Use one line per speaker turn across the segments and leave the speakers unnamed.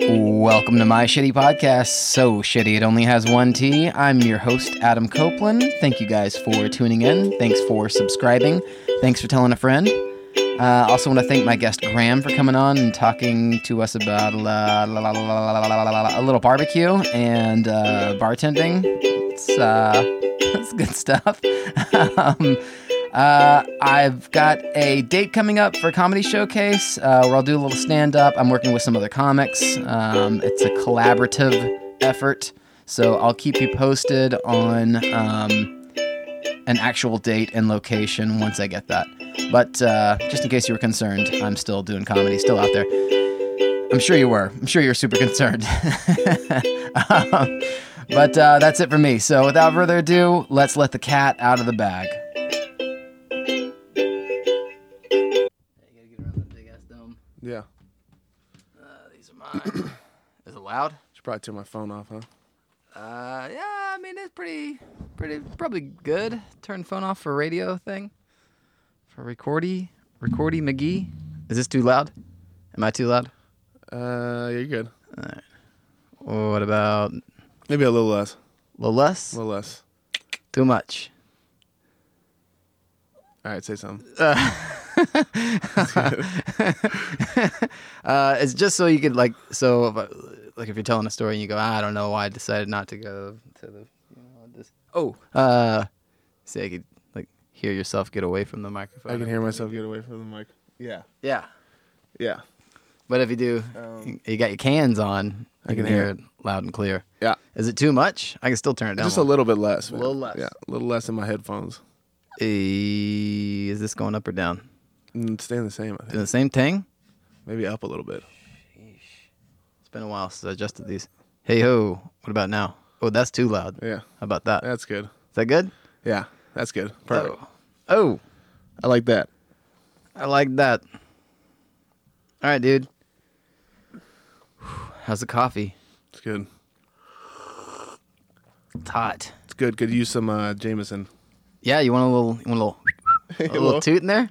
Welcome to my shitty podcast, so shitty it only has one T. I'm your host, Adam Copeland. Thank you guys for tuning in. Thanks for subscribing. Thanks for telling a friend. Uh, also, want to thank my guest Graham for coming on and talking to us about la, la, la, la, la, la, la, la, la, a little barbecue and uh, bartending. It's uh, that's good stuff. um, uh, I've got a date coming up for a comedy showcase uh, where I'll do a little stand up. I'm working with some other comics. Um, it's a collaborative effort, so I'll keep you posted on um, an actual date and location once I get that. But uh, just in case you were concerned, I'm still doing comedy, still out there. I'm sure you were. I'm sure you were super concerned. um, but uh, that's it for me. So without further ado, let's let the cat out of the bag.
Yeah.
Oh, These are mine. Is it loud?
Should probably turn my phone off, huh?
Uh, yeah. I mean, it's pretty, pretty, probably good. Turn phone off for radio thing. For recordy, recordy McGee. Is this too loud? Am I too loud?
Uh, you're good.
Or what about a
Maybe a little less.
little less?
A little less.
Too much.
All right, say something.
Uh, it's just so you could like so if I, like if you're telling a story and you go I don't know why I decided not to go to the you know this oh uh see I could like hear yourself get away from the microphone
I can hear myself get away from the mic. Yeah.
yeah
Yeah.
but if you do you got your cans on I
Um, can hear it.
loud and clear
Yeah.
is it too much I can still turn it down
Just a
more.
little bit less. A
Little less.
Yeah. A little less in my headphones.
Eh, is this going up or down
Mm, it's staying the same, I
Doing
think.
the same thing
Maybe up a little bit.
it's been a while since I adjusted these hey ho what about now oh that's too loud
Yeah.
how about that is
That's good.
that good
Yeah. That's good. Perfect.
oh. oh.
I like that.
I like that. All right, dude. How's the coffee?
It's good.
It's hot.
It's good. Could use some uh, Jameson.
Yeah, you want a little, you want a little, a little
Hello.
toot in there?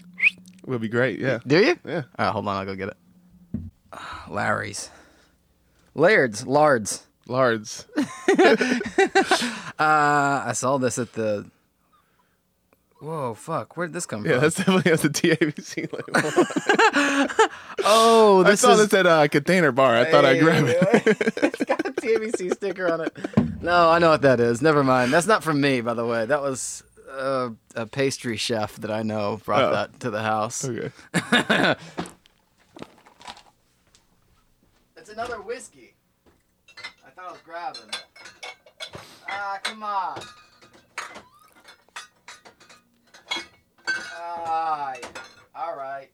Would be great. Yeah.
Do you?
Yeah.
All right, hold on, I'll go get it. Larry's, Laird's, Lards.
Lards.
I, I saw this at the. Whoa, fuck! Where did this come
Yeah,
from?
that's definitely that's the TABC label.
Oh,
I
this
saw
is
this at uh, Container Bar. I thought I'd grab it.
it's got a TABC sticker on it. No, I know what that is. Never mind. That's not from me, by the way. That was uh, a pastry chef that I know brought
Oh.
that to the house.
Okay.
That's another whiskey. I thought I was grabbing. Ah, come on. Ah, all right.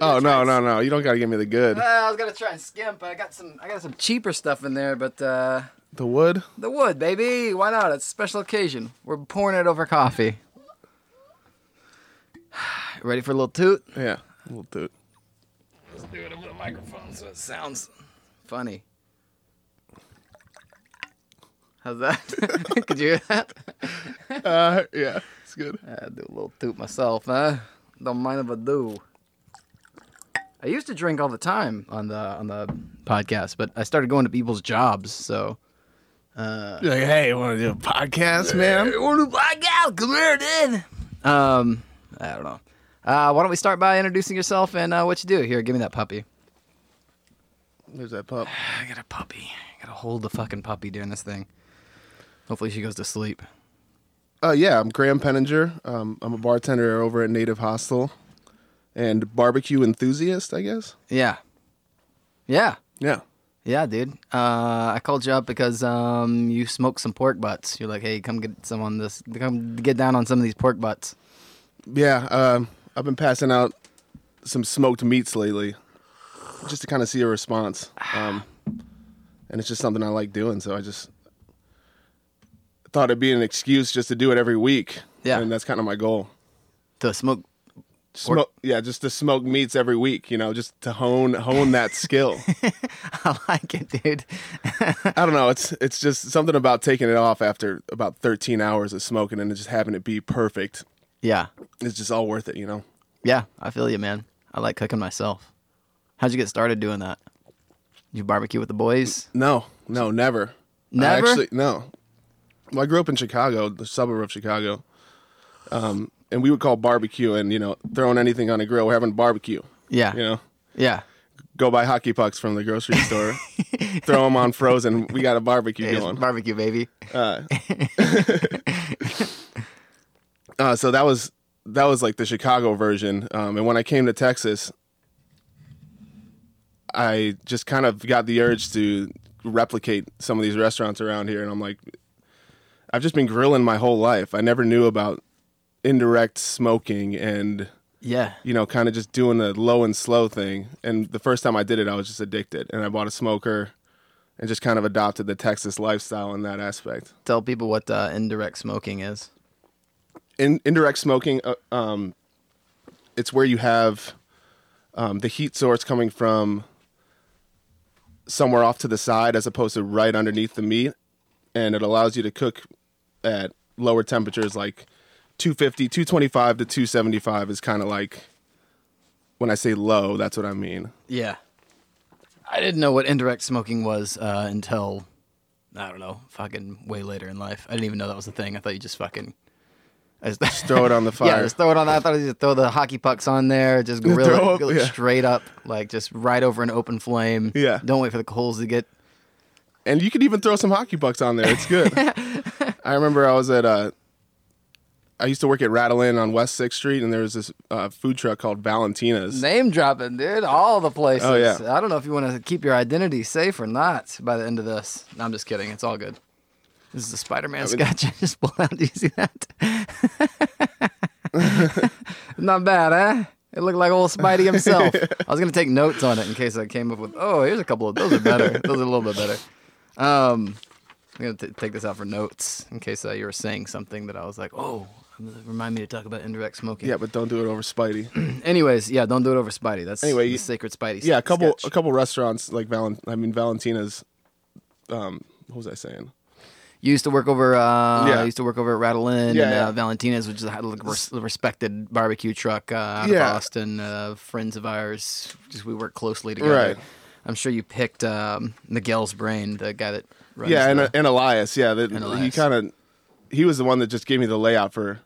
Oh no no no! You don't gotta give me the good.
I was gonna try and skimp. I got some. I got some cheaper stuff in there, but uh,
The wood.
The wood, baby. Why not? It's a special occasion. We're pouring it over coffee. Ready for a little toot?
Yeah. We'll do it.
Let's do it over the microphone so it sounds funny. How's that? Could you hear that?
Uh, yeah, it's good.
I do a little toot myself, huh? Don't mind if I do. I used to drink all the time on the on the podcast, but I started going to people's jobs, so Uh,
You're like, hey, want to do a podcast, man?
Come here, then. Um, I don't know. Uh, why don't we start by introducing yourself and uh, what you do? Here, give me that puppy.
There's that pup.
I got a puppy. I gotta hold the fucking puppy during this thing. Hopefully she goes to sleep.
Uh, yeah, I'm Graham Penninger. Um, I'm a bartender over at Native Hostel and barbecue enthusiast, I guess.
Yeah. Yeah.
Yeah.
Yeah, dude. Uh, I called you up because um, you smoked some pork butts. You're like, hey, come get some on this. Come get down on some of these pork butts.
Yeah, um, I've been passing out some smoked meats lately just to kind of see a response. Um, and it's just something I like doing, so I just thought it'd be an excuse just to do it every week.
Yeah.
And that's kind of my goal.
The smoke.
Smoke, yeah, just to smoke meats every week, you know, just to hone hone that skill.
I like it, dude.
I don't know, it's it's just something about taking it off after about 13 hours of smoking and it just having it be perfect.
Yeah.
It's just all worth it, you know.
Yeah, I feel you, man. I like cooking myself. How'd you get started doing that? you barbecue with the boys?
No, no, never. I
Never?
actually, no. Well, I grew up in Chicago, the suburb of Chicago, um, and we would call barbecue and you know throwing anything on a grill. We're having a barbecue.
Yeah.
You know,
Yeah.
go buy hockey pucks from the grocery store, throw them on frozen. We got a barbecue
Hey, it's
going.
barbecue, baby.
Uh, so that was that was like the Chicago version. Um, and when I came to Texas, I just kind of got the urge to replicate some of these restaurants around here, and I'm like, I've just been grilling my whole life. I never knew about indirect smoking and
Yeah.
you know, kind of just doing the low and slow thing. And the first time I did it, I was just addicted, and I bought a smoker, and just kind of adopted the Texas lifestyle in that aspect.
Tell people what uh, indirect smoking is.
in, indirect smoking, uh, um, it's where you have um, the heat source coming from somewhere off to the side as opposed to right underneath the meat. And it allows you to cook at lower temperatures like 250, 225 to 275 is kind of like when I say low, that's what I mean.
Yeah. I didn't know what indirect smoking was uh, until, I don't know, fucking way later in life. I didn't even know that was a thing. I thought you just fucking. I just,
Throw it on the
yeah,
fire.
just throw it on. I thought you just throw the hockey pucks on there, just grill
throw
it,
up,
grill it
yeah.
straight up, like just right over an open flame.
Yeah.
Don't wait for the coals to get.
and you could even throw some hockey pucks on there. It's good. I remember I was at uh, I used to work at Rattle Inn on West Sixth Street, and there was this uh, food truck called Valentina's.
Name dropping, dude. All the places.
Oh, yeah.
I don't know if you want to keep your identity safe or not by the end of this. No, I'm just kidding. It's all good. This is the Spider-Man sketch. I just pulled out. Do you see that? Not bad, eh? It looked like old Spidey himself. I was gonna take notes on it in case I came up with. Oh, here's a couple of those are better. Those are a little bit better. Um, I'm gonna t- take this out for notes in case uh, you were saying something that I was like, oh, remind me to talk about indirect smoking.
Yeah, but don't do it over Spidey.
Anyways, yeah, don't do it over Spidey. That's
Anyway,
the
you-
sacred Spidey.
Yeah, a couple
sketch.
a couple restaurants like Valent. I mean Valentina's. Um, what was I saying?
You used to work over. Uh,
Yeah.
I used to work over at Rattle Inn
Yeah,
and
yeah.
Uh, Valentina's, which is a like, res- respected barbecue truck uh, out
Yeah.
of Boston. Uh, friends of ours, just we work closely together.
Right.
I'm sure you picked um, Miguel's brain, the guy that runs.
yeah, and, uh,
the-
and Elias. Yeah, that he
Elias.
kind of he was the one that just gave me the layout for.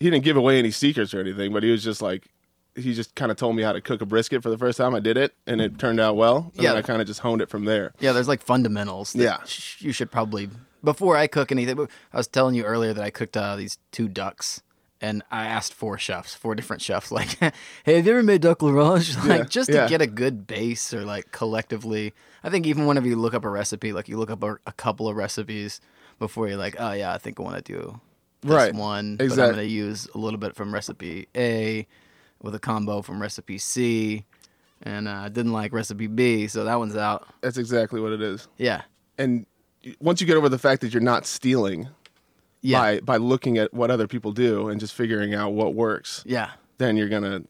He didn't give away any secrets or anything, but he was just like he just kind of told me how to cook a brisket for the first time. I did it, and it turned out well. And
Yeah.
then I kind of just honed it from there.
Yeah, there's like fundamentals. That
Yeah.
sh- you should probably before I cook anything. I was telling you earlier that I cooked uh, these two ducks, and I asked four chefs, four different chefs, like, "Hey, have you ever made duck l'orange?" Like
Yeah,
just
yeah.
to get a good base, or like collectively. I think even whenever you look up a recipe, like you look up a, a couple of recipes before you're like, "Oh yeah, I think I want to do this
Right.
one." But I'm
Exact-
going to use a little bit from recipe A with a combo from recipe C. And uh, I didn't like recipe B, so that one's out.
That's exactly what it is.
Yeah.
And once you get over the fact that you're not stealing
Yeah.
by by looking at what other people do and just figuring out what works,
Yeah.
then you're gonna,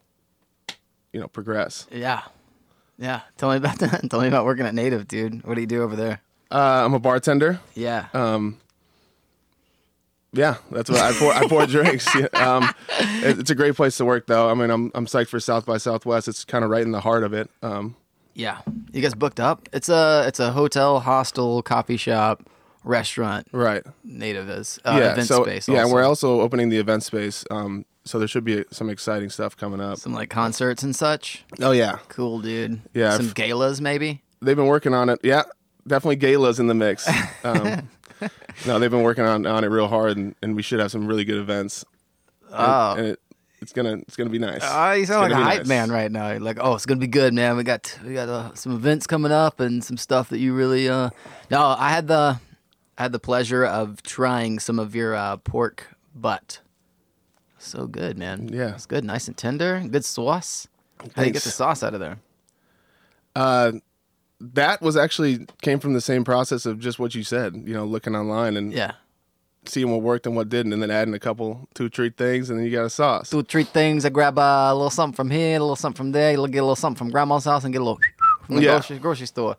you know, progress.
Yeah. Yeah. Tell me about that. Tell me about working at Native, dude. What do you do over there?
Uh, I'm a bartender.
Yeah.
Um, Yeah, that's what I pour. I pour drinks. Yeah, Um, it- it's a great place to work, though. I mean, I'm I'm psyched for South by Southwest. It's kind of right in the heart of it. Um,
yeah. You guys booked up? It's a it's a hotel, hostel, coffee shop, restaurant.
right.
Native is uh,
yeah.
event
so
space.
yeah, and
also.
we're also opening the event space. Um, so there should be some exciting stuff coming up.
some like concerts and such.
Oh yeah,
Cool, dude.
Yeah,
Some
I've-
galas, maybe.
they've been working on it. Yeah, definitely Gala's in the mix. Um, no, they've been working on, on it real hard, and, and we should have some really good events. And-
Oh.
and it, it's gonna it's gonna be nice.
Oh, you
It's
sound like a
gonna be
hype
nice.
man right now. You're like, oh, it's gonna be good, man. We got we got uh, some events coming up and some stuff that you really. Uh... No, I had the I had the pleasure of trying some of your uh, pork butt. So good, man.
Yeah.
it's good, nice and tender. Good sauce. How do you get
Thanks.
the sauce out of there?
Uh, That was actually came from the same process of just what you said. You know, looking online and
Yeah,
seeing what worked and what didn't, and then adding a couple two three things, and then you got a sauce.
two, three things. I grab uh, a little something from here, a little something from there. Get a little something from grandma's house, and get a little from the
Yeah.
grocery, grocery store.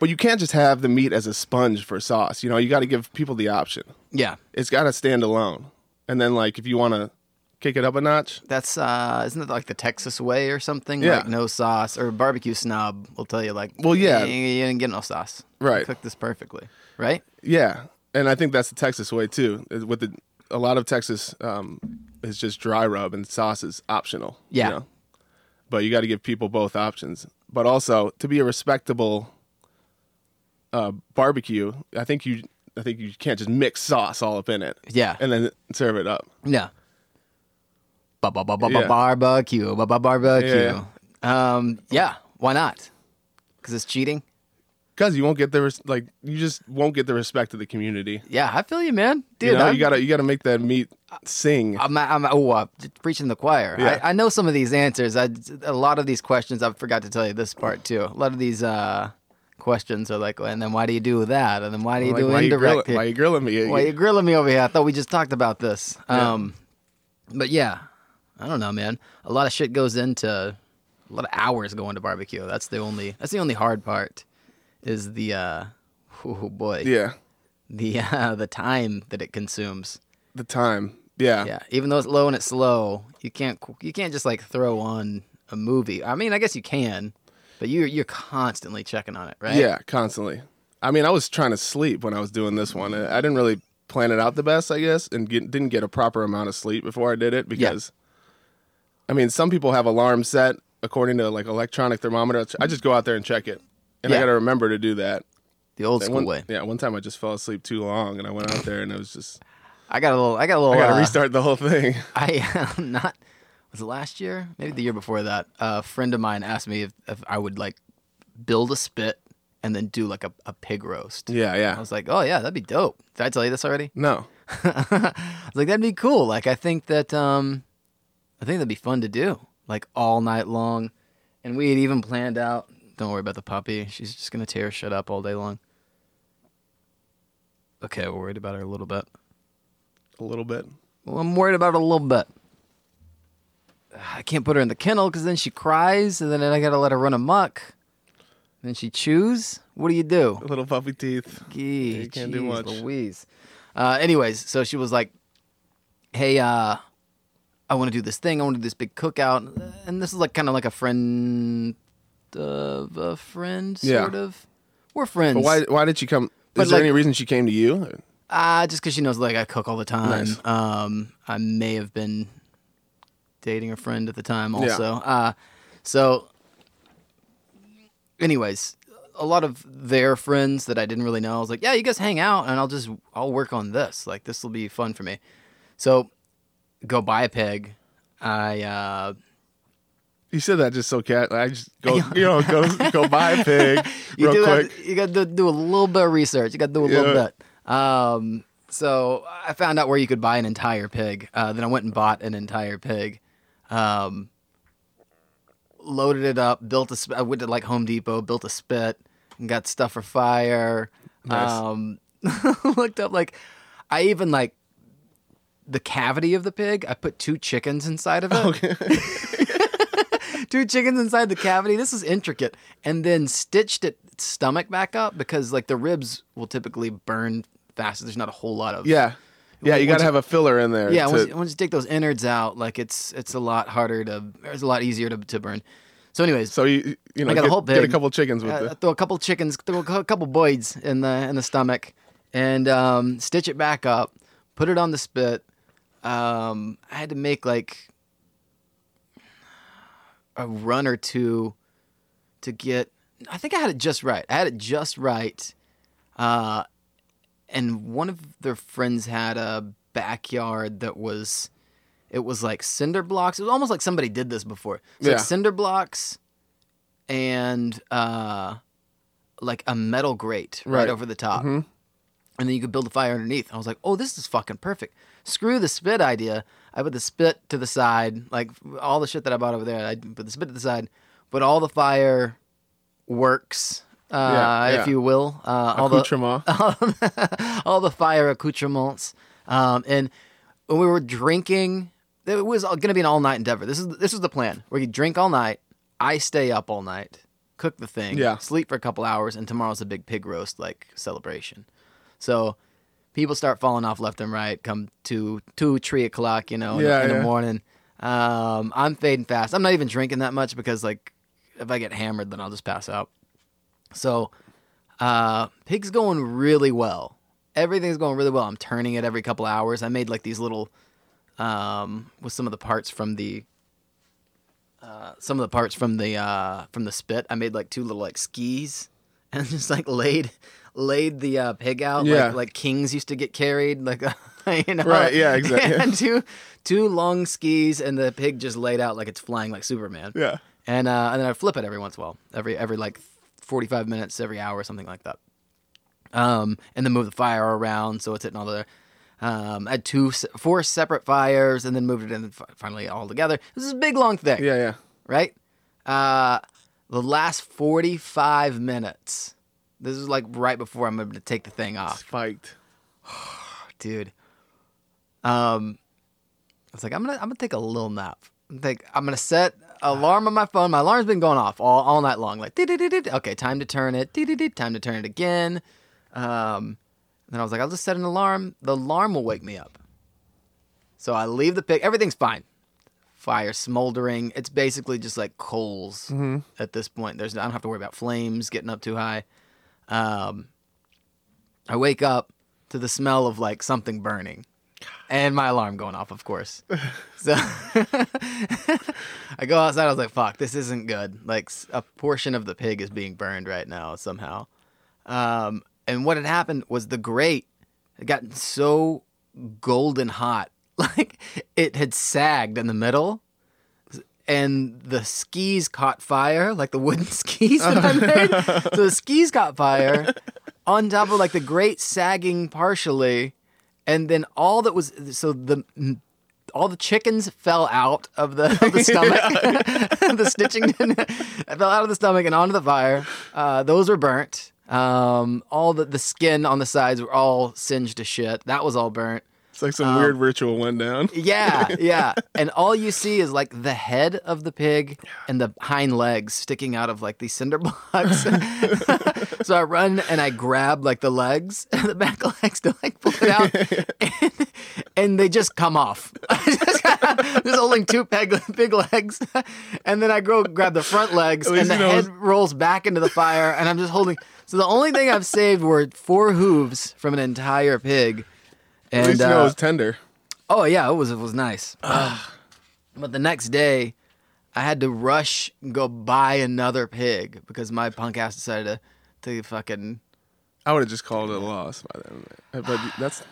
But you can't just have the meat as a sponge for sauce. You know, you got to give people the option.
Yeah,
It's got to stand alone. And then like if you want to kick it up a notch.
That's uh, isn't it like the Texas way or something?
Yeah.
Like no sauce or barbecue snob will tell you like,
Well, yeah.
you, you didn't get no sauce.
Right.
cook this perfectly, right?
Yeah, and I think that's the Texas way too. is With the a lot of Texas um, is just dry rub and sauce is optional. you
Yeah.
know? But you got to give people both options. But also to be a respectable uh, barbecue, I think you I think you can't just mix sauce all up in it.
Yeah.
And then serve it up.
Yeah. Ba ba ba ba ba
Yeah.
barbecue, ba ba barbecue.
Yeah,
Um, yeah. Why not? Because it's cheating.
Cause you won't get the res- like you just won't get the respect of the community.
Yeah, I feel you, man, dude.
You know,
I'm,
you gotta you gotta make that meat sing.
I'm, I'm, oh, I'm preaching to the choir.
Yeah.
I, I know some of these answers. I, a lot of these questions, I forgot to tell you this part too. A lot of these uh, questions are like, and then why do you do that? And then why do you
Like,
do
why, you grill-
indirect? here?
why you grilling me?
Why you grilling me over here? I thought we just talked about this. Um, but yeah, I don't know, man. A lot of shit goes into a lot of hours going to barbecue. That's the only. That's the only hard part. Is the uh, oh boy,
yeah.
the uh, the time that it consumes.
The time.
Yeah, even though it's low and it's slow, you can't you can't just like throw on a movie. I mean, I guess you can, but you you're constantly checking on it, right?
Yeah, constantly. I mean, I was trying to sleep when I was doing this one. I I didn't really plan it out the best, I guess, and get, didn't get a proper amount of sleep before I did it because, I mean, some people have alarms set according to like electronic thermometer. I just go out there and check it, and I
Yeah.
got to remember to do that.
the old
And
school
one-
way.
Yeah, one time I just fell asleep too long, and I went out there, and it was just
I got a little. I got a little.
I got to
uh,
restart the whole thing.
I am not. Was it last year? Maybe the year before that. A friend of mine asked me if, if I would like build a spit and then do like a, a pig roast.
yeah,
I
yeah.
was like, oh yeah, that'd be dope. Did I tell you this already?
No,
I was like, that'd be cool. Like, I think that, um, I think that'd be fun to do, like all night long. And we had even planned out. Don't worry about the puppy. She's just gonna tear shit up all day long. Okay, we're worried about her a little bit.
a little bit.
Well, I'm worried about it a little bit. I can't put her in the kennel because then she cries, and then I gotta let her run amok. And then she chews. What do you do?
Little puppy teeth.
Gee,
you can't do
jeez
much.
Louise. Uh, anyways, so she was like, "Hey, uh, I want to do this thing. I want to do this big cookout." And this is like kind of like a friend of a friend,
Yeah.
sort of. We're friends.
But why? Why did she come?
But
is there
like-
any reason she came to you?
Uh, just because she knows, like, I cook all the time.
Nice.
Um, I may have been dating a friend at the time, also. Uh, so, anyways, a lot of their friends that I didn't really know, I was like, yeah, you guys hang out, and I'll just I'll work on this. Like, this will be fun for me. So, go buy a pig. I uh,
You said that just so cat. I just go, you know, go go buy a pig
you
real
do
quick.
Have, you got to do a little bit of research. You got to do a little
Yeah.
bit. Um, so I found out where you could buy an entire pig. Uh, then I went and bought an entire pig. Um, loaded it up, built a. Sp- I went to like Home Depot, built a spit, and got stuff for fire.
Nice.
Um, looked up like, I even like the cavity of the pig. I put two chickens inside of it two chickens inside the cavity. This is intricate. And then stitched its stomach back up because like the ribs will typically burn fast. There's not a whole lot of
Yeah, yeah. You got
Once-
to have a filler in there.
yeah.
to-
Once, once you take those innards out, like it's it's a lot harder to. It's a lot easier to, to burn. So, anyways,
so you you know
I got a
get,
whole
get a
pig.
couple chickens with
uh,
the
throw a couple chickens, throw a cou- couple boids in the in the stomach, and um, stitch it back up. Put it on the spit. Um, I had to make like a run or two to get. I think I had it just right. I had it just right. Uh, and one of their friends had a backyard that was. It was like cinder blocks. It was almost like somebody did this before. It's
Yeah.
like cinder blocks and uh, like a metal grate right,
Right. Mm-hmm.
over the top. And then you could build a fire underneath. I was like, oh, this is fucking perfect. Screw the spit idea. I put the spit to the side, like all the shit that I bought over there. I put the spit to the side, but all the fire works, uh,
Yeah, yeah.
if you will. Uh, all the
accoutrement.
all the fire accoutrements. Um, and when we were drinking, it was going to be an all night endeavor. This is this was the plan. We could drink all night. I stay up all night, cook the thing,
Yeah.
sleep for a couple hours, and tomorrow's a big pig roast like celebration. So people start falling off left and right. Come two, two, three o'clock, you know, in, the-
Yeah,
in the
yeah.
morning. Um, I'm fading fast. I'm not even drinking that much because like if I get hammered, then I'll just pass out. So, uh, pig's going really well. Everything's going really well. I'm turning it every couple hours. I made like these little, um, with some of the parts from the, uh, some of the parts from the uh, from the spit. I made like two little like skis and just like laid laid the uh, pig out
Yeah.
like like kings used to get carried like you know
Right, yeah, exactly.
and two two long skis and the pig just laid out like it's flying like Superman
Yeah.
and uh, and then I flip it every once in a while, every every like forty five minutes, every hour, something like that. Um, and then move the fire around so it's hitting all the. Um, I had two, se- four separate fires, and then moved it in fi- finally all together. This is a big long thing,
Yeah, yeah.
right? Uh, the last forty five minutes. This is like right before I'm able to take the thing off
Spiked.
dude. Um, I was like, I'm gonna, I'm gonna take a little nap. I'm like, I'm gonna set alarm on my phone. My alarm's been going off all, all night long. Like, "Dee-dee-dee-dee." okay, time to turn it. Dee-dee-dee, Time to turn it again. Um, then I was like, I'll just set an alarm. The alarm will wake me up. So I leave the pick. Everything's fine. Fire smoldering. It's basically just like coals at this point. There's I don't have to worry about flames getting up too high. Um, I wake up to the smell of like something burning, and my alarm going off, of course. so I go outside. I was like, "Fuck, this isn't good." Like s- a portion of the pig is being burned right now somehow. Um, and what had happened was the grate had gotten so golden hot, like it had sagged in the middle. And the skis caught fire, like the wooden skis that I made. so the skis caught fire on top of like the grate sagging partially. And then all that was so the mm, all the chickens fell out of the, of the stomach. the stitching didn't- fell out of the stomach and onto the fire. Uh, those were burnt. Um, all the, the skin on the sides were all singed to shit. That was all burnt.
It's like
Um,
some weird ritual went down.
Yeah, yeah. And all you see is like the head of the pig and the hind legs sticking out of like these cinder blocks. so I run and I grab like the legs, the back legs to like pull it out, and, and they just come off. There's only two peg, pig legs, and then I go grab the front legs, and
least
the
you know
head
it's-
rolls back into the fire, and I'm just holding. So the only thing I've saved were four hooves from an entire pig. And
At least you know
uh,
it was tender.
Oh yeah, it was it was nice. Um, but the next day, I had to rush and go buy another pig because my punk ass decided to to fucking.
I would have just called it a loss by then. But that's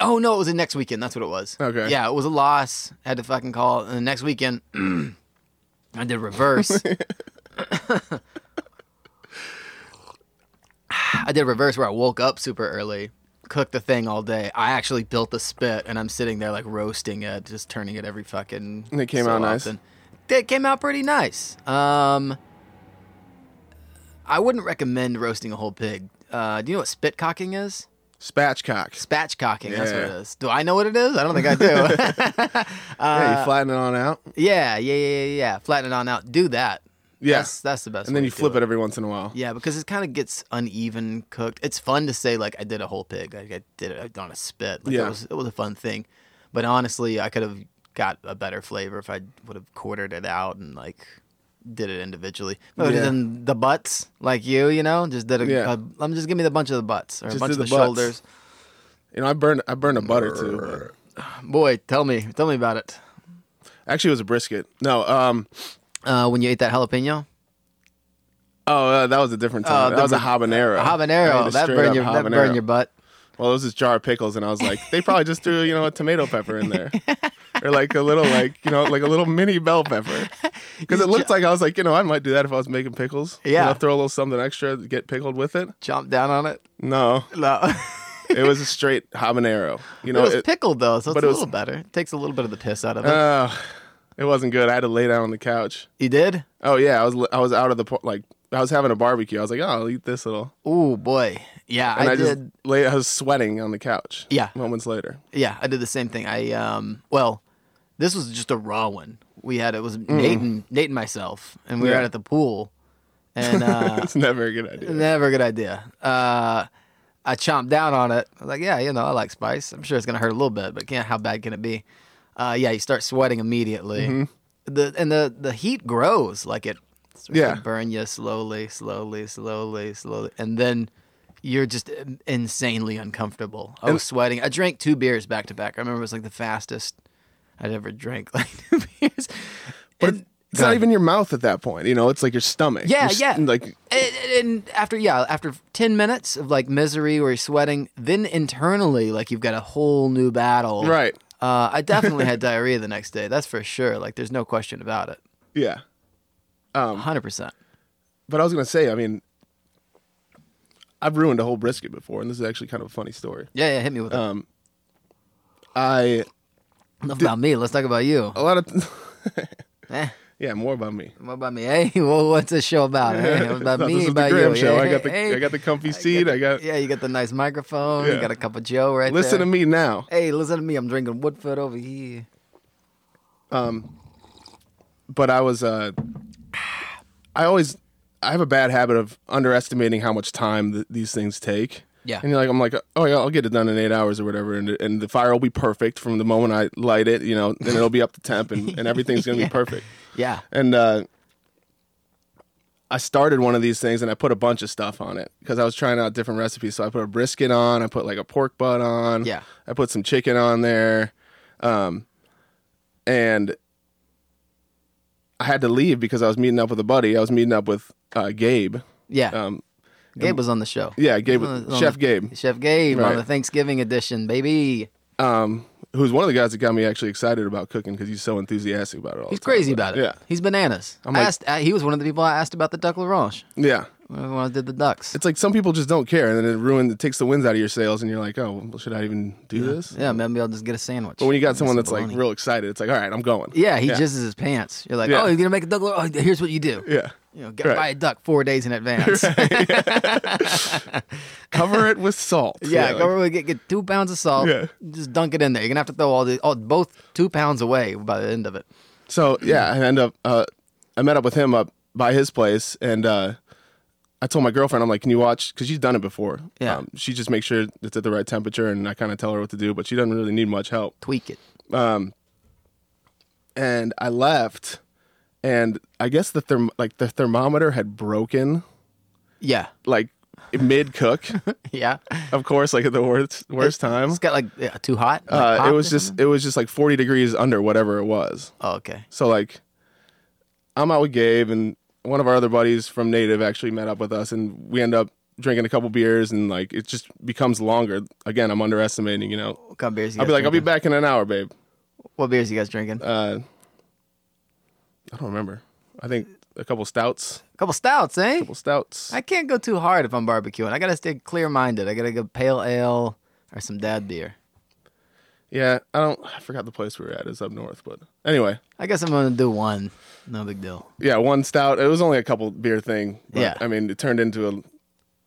Oh no, it was the next weekend. That's what it was.
Okay.
Yeah, it was a loss. had to fucking call. it. And the next weekend, I did reverse. I did reverse where I woke up super early, cooked the thing all day. I actually built the spit, and I'm sitting there like roasting it, just turning it every fucking.
And it came out nice?
It came out pretty nice. Um, I wouldn't recommend roasting a whole pig. Uh, do you know what spit cocking is?
spatchcock.
Spatchcocking. That's what it
Yeah.
is. Do I know what it is? I don't think I do. Uh,
yeah, you flatten it on out,
yeah, yeah, yeah, yeah, yeah. Flatten it on out. Do that.
Yeah.
That's, that's the best.
and then you flip it. every once in a while.
Yeah, because it kind of gets uneven cooked. It's fun to say like I did a whole pig. Like, I did it on a spit. Like,
Yeah.
it was it was a fun thing. But honestly, I could have got a better flavor if I would have quartered it out and like did it individually. But
Yeah.
then the butts, like you, you know, just did a,
Yeah.
a- I'm just give me the bunch of the butts or a
Just
bunch of
do
the,
the butts.
shoulders.
You know, I burned I burned a butter too. but-
Boy, tell me, tell me about it.
Actually, it was a brisket. No, um,
Uh, when you ate that jalapeno,
oh, uh, that was a different time. that was a habanero.
a
I ate
habanero
a
that
straight
burned
up
your that
habanero.
burned your butt.
Well, it was this jar of pickles, and I was like, they probably just threw you know a tomato pepper in there, or like a little like you know like a little mini bell pepper, because it looked like I was like you know I might do that if I was making pickles. You
Yeah.
know, throw a little something extra, to get pickled with it.
Chomped down on it.
No,
No,
it was a straight habanero. You know,
it was
it-
pickled though, so it's
but
a
it was-
little better. It takes a little bit of the piss out of it.
Oh, it wasn't good. I had to lay down on the couch.
you did?
Oh yeah, I was I was out of the por- like I was having a barbecue. I was like, oh, I'll eat this little,
Ooh boy, yeah,
and
I,
I,
did.
just lay. I was sweating on the couch.
Yeah.
moments later.
Yeah, I did the same thing. I um, well, this was just a raw one. We had it was Nate and Nate and myself, and we were
Yeah.
out at the pool, and uh,
It's never a good idea.
Never a good idea. Uh, I chomped down on it. I was like, yeah, you know, I like spice. I'm sure it's gonna hurt a little bit, but can't. How bad can it be? Uh, yeah, you start sweating immediately. The and the the heat grows like it. starts
Mm-hmm. Yeah.
to burn you slowly, slowly, slowly, slowly, and then you're just in- insanely uncomfortable. I was sweating. I drank two beers back to back. I remember it was like the fastest I'd ever drank like two beers.
But
And-
it's
Go
not
ahead.
even your mouth at that point. You know, it's like your stomach.
Yeah,
Your s-
yeah.
Like
and, and after yeah, after ten minutes of like misery where you're sweating, then internally like you've got a whole new battle.
Right.
Uh, I definitely had diarrhea the next day. That's for sure. Like there's no question about it.
yeah. Um,
Hundred percent.
But I was gonna say, I mean, I've ruined a whole brisket before, and this is actually kind of a funny story.
Yeah, yeah. Hit me with
um,
it.
I
Enough about me. Let's talk about you.
a lot of
Eh,
yeah, more about me.
what about me? Hey, well, what's this show about? Hey, what about
Thought this
me?
was
About
the Graham
you?
show.
Yeah,
I got the
hey,
I got the comfy
hey,
seat. I got
Yeah, you got the nice microphone. You
Yeah.
got a cup of Joe right
listen to
there.
me now.
Hey, listen to me. I'm drinking Woodford over here.
But I was uh, I always I have a bad habit of underestimating how much time th- these things take.
Yeah.
and you're like I'm like oh yeah I'll get it done in eight hours or whatever, and and the fire will be perfect from the moment I light it, you know, and it'll be up to temp, and, and everything's gonna be perfect.
Yeah.
and uh, I started one of these things and I put a bunch of stuff on it because I was trying out different recipes. So I put a brisket on, I put like a pork butt on,
Yeah.
I put some chicken on there, um, and I had to leave because I was meeting up with a buddy. I was meeting up with uh, Gabe.
Yeah.
Um,
Gabe was on the show.
yeah, Gabe,
On the-
Chef Gabe,
Chef Gabe on
Right.
the Thanksgiving edition, baby.
um, who's one of the guys that got me actually excited about cooking because he's so enthusiastic about it. All
He's
the time.
crazy about it.
Yeah.
He's bananas. i
like-
asked, I, he was one of the people I asked about the duck LaRange
Yeah,
when I did the ducks.
it's like some people just don't care, and then it ruins, it takes the winds out of your sails, and you're like, oh, well, should I even do this?
yeah, maybe I'll just get a sandwich.
But when you got someone that's like
bologna.
real excited, it's like, all right, I'm going.
yeah, he
yeah.
jizzes his pants. You're like,
Yeah.
oh, you're gonna make a duck. LaRange? Oh, here's what you do.
Yeah.
You know, get,
Right.
buy a duck four days in advance.
Cover it with salt.
Yeah,
like,
go over and get, get two pounds of salt.
Yeah.
Just dunk it in there. You're gonna have to throw all the all both two pounds away by the end of it.
So yeah, I end up. Uh, I met up with him up by his place, and uh, I told my girlfriend, I'm like, can you watch? Because she's done it before. Um,
Yeah.
she just makes sure it's at the right temperature, and I kind of tell her what to do, but she doesn't really need much help.
Tweak it.
And I left, and I guess the therm- like the thermometer had broken,
Yeah.
like mid cook,
Yeah.
of course, like at the worst worst time.
It's got like yeah, too hot. like
Uh, it
popped
was
or
just it was just like 40 degrees under whatever it was.
something? Oh, okay.
So like, I'm out with Gabe and one of our other buddies from Native actually met up with us, and we end up drinking a couple beers, and like it just becomes longer. Again, I'm underestimating, you know.
What kind of beers? You
I'll be
guys
like, I'll be
drinking?
back in an hour, babe.
What beers you guys drinking?
Uh, I don't remember. I think a couple stouts,
a couple stouts, eh?
couple stouts.
I can't go too hard if I'm barbecuing. I gotta stay clear minded. I gotta go pale ale or some dad beer.
yeah, I don't. I forgot the place we were at. It's up north, but anyway,
I guess I'm gonna do one. No big deal.
yeah, one stout. It was only a couple beer thing. but,
Yeah.
I mean, it turned into a